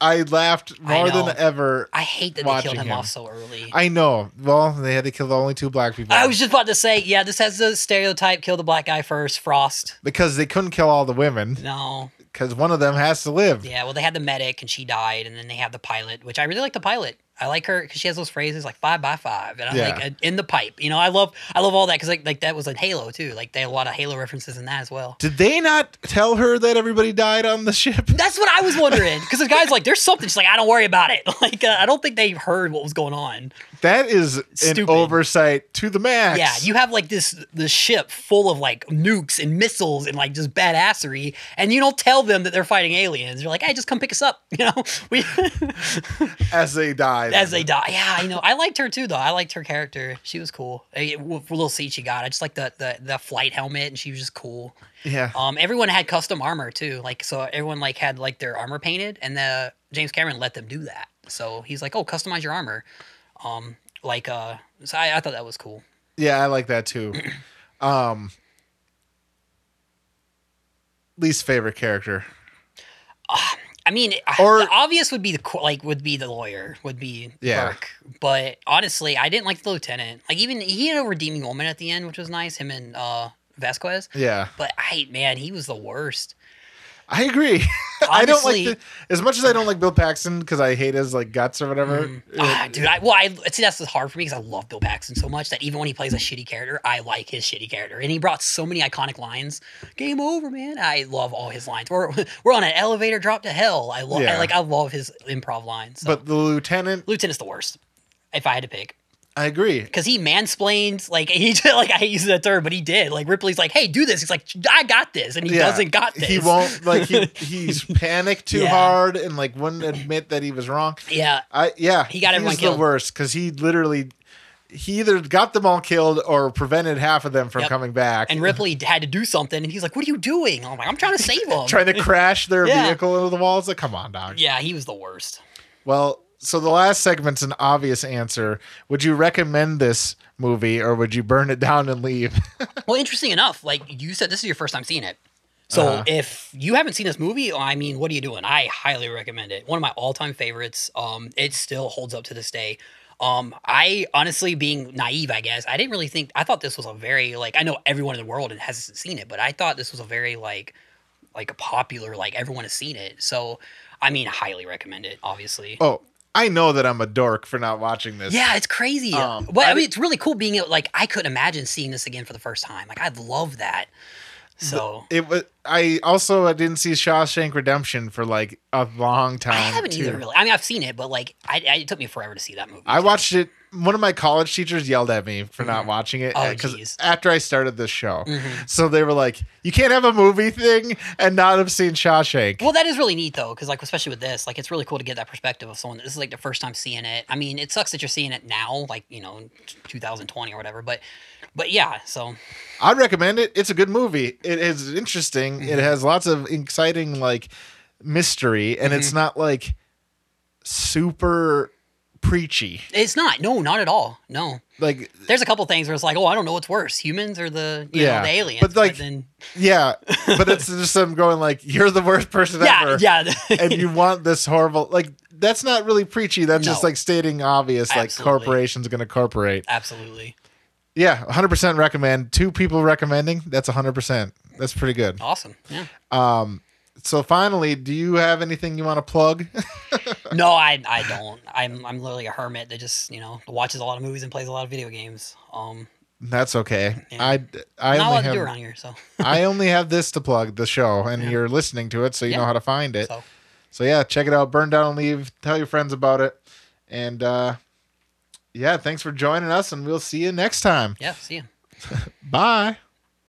I laughed
I
more
know.
than ever
I hate that they
Watching
killed him,
him.
off so early. I,
I know. Well, they had to kill the only two black people
was just about to say, yeah, this has the stereotype: kill the black guy first, Frost.
because they couldn't kill all the women
No,
because one of them has to live.
yeah. Well, they had the medic, and she died, and then they have the pilot, which I really like the pilot. I like her because she has those phrases like five by five, and I'm
Yeah.
like in the pipe. You know, I love I love all that because like like that was in Halo too. Like they had a lot of Halo references in that as well.
Did they not tell her that everybody died on the [laughs] ship?
That's what I was wondering because the guy's like, "There's something." She's like, "I don't worry about it." [laughs] Like uh, I don't think they heard what was going on.
That is an
Stupid.
oversight to the max.
Yeah, you have like this the ship full of like nukes and missiles and like just badassery, and you don't tell them that they're fighting aliens. You're like, "Hey, just come pick us up," [laughs] you know. We
as they died.
as they die. Yeah, I know. I liked her too, though. I liked her character. She was cool. Hey, What little seat she got, I just like the, the the flight helmet, and she was just cool.
yeah.
Um, everyone had custom armor too. Like, so everyone like had like their armor painted, and the James Cameron let them do that. So he's like, "Oh, customize your armor." Um, like, uh, so I, I thought that was cool.
Yeah, I like that
[clears throat]
too. um least favorite character.
I mean, I-
Or-
the obvious would be the co- like would be the lawyer would be
Yeah.
Burke. But honestly, I didn't like the lieutenant. Like, even he had a redeeming moment at the end, which was nice. Him and uh Vasquez.
Yeah.
But I man, he was the worst.
I agree. [laughs] I don't like
Honestly-
the, as much as I don't like Bill Paxton because I hate his like guts or uh, whatever.
Ah, dude, I, well, I see that's hard for me because I love Bill Paxton so much that even when he plays a shitty character, I like his shitty character, and he brought so many iconic lines. Game over, man. I love all his lines. We're [laughs] we're on an elevator drop to hell. I love
Yeah.
I, like I love his improv lines. So.
But the lieutenant,
Lieutenant's the worst, if I had to pick,
I agree.
because he mansplains like he [laughs] did, like I hate using that term, but he did. Like Ripley's like, hey, do this. He's like, I got this, and he
Yeah.
doesn't got this.
He won't like
[laughs]
he he's panicked too
Yeah.
hard and like wouldn't admit that he was wrong.
Yeah,
I yeah,
He got
he's
everyone
the
killed.
worst because he literally he either got them all killed or prevented half of them from
Yep.
coming back
and Ripley had to do something, and he's like, what are you doing? I'm like, I'm trying to [laughs] save him.
trying to crash their
[laughs] Yeah.
vehicle into the walls. Like, come on, dog.
yeah, he was the worst.
Well, so the last segment's an obvious answer. Would you recommend this movie or would you burn it down and leave? [laughs]
Well, interesting enough, like you said, this is your first time seeing it. So
Uh-huh.
if you haven't seen this movie, I mean, what are you doing? I highly recommend it. One of my all-time favorites. Um, it still holds up to this day. Um, I honestly, being naive, I guess, I didn't really think. I thought this was a very like. I know everyone in the world hasn't seen it, but I thought this was a very like, like a popular like everyone has seen it. So, I mean, highly recommend it. Obviously.
Oh, I know that I'm a dork for not watching this.
Yeah, it's crazy.
Um,
but I,
I
mean, it's really cool being able- like I couldn't imagine seeing this again for the first time. Like I'd love that. So
It was. I also I didn't see Shawshank Redemption for like a long time.
I haven't
too.
either really. I mean, I've seen it, but like I, I, it took me forever to see that movie.
I
too.
watched it. One of my college teachers yelled at me for not
Mhm.
watching it
Oh,
because
geez.
after I started this show,
Mhm.
so they were like, "You can't have a movie thing and not have seen Shawshank."
Well, that is really neat though, because like especially with this, like it's really cool to get that perspective of someone. This is like the first time seeing it. I mean, it sucks that you're seeing it now, like you know, in 2020 or whatever. But, but yeah. So
I'd recommend it. It's a good movie. It is interesting.
Mm-hmm.
It has lots of exciting like mystery, and
Mm-hmm.
it's not like super preachy.
it's not. No, not at all. No.
Like
There's a couple things where it's like, oh, I don't know what's worse, humans or the you
Yeah.
know, the aliens.
But, like,
then,
yeah, but
[laughs]
it's just them going like, "You're the worst person
yeah,
ever,"
yeah.
and you want this horrible like. That's not really preachy. That's just
No.
like stating obvious, like
Absolutely.
corporations going to corporate.
[laughs] Absolutely.
Yeah, 100% recommend. Two people recommending. That's 100%. That's pretty good. Um,
Awesome. Yeah.
So finally, do you have anything you want to plug? [laughs]
No, I I don't. I'm I'm literally a hermit that just, you know, watches a lot of movies and plays a lot of video games. Um
That's okay.
Yeah.
I I
not a lot
only
to do
have
around here, so
I only have this to plug the show and
Yeah.
you're listening to it so you
Yeah.
know how to find it.
so
So yeah, check it out. Burn down and leave. Tell your friends about it. And uh yeah, thanks for joining us and we'll see you next time.
yeah, see ya.
Bye.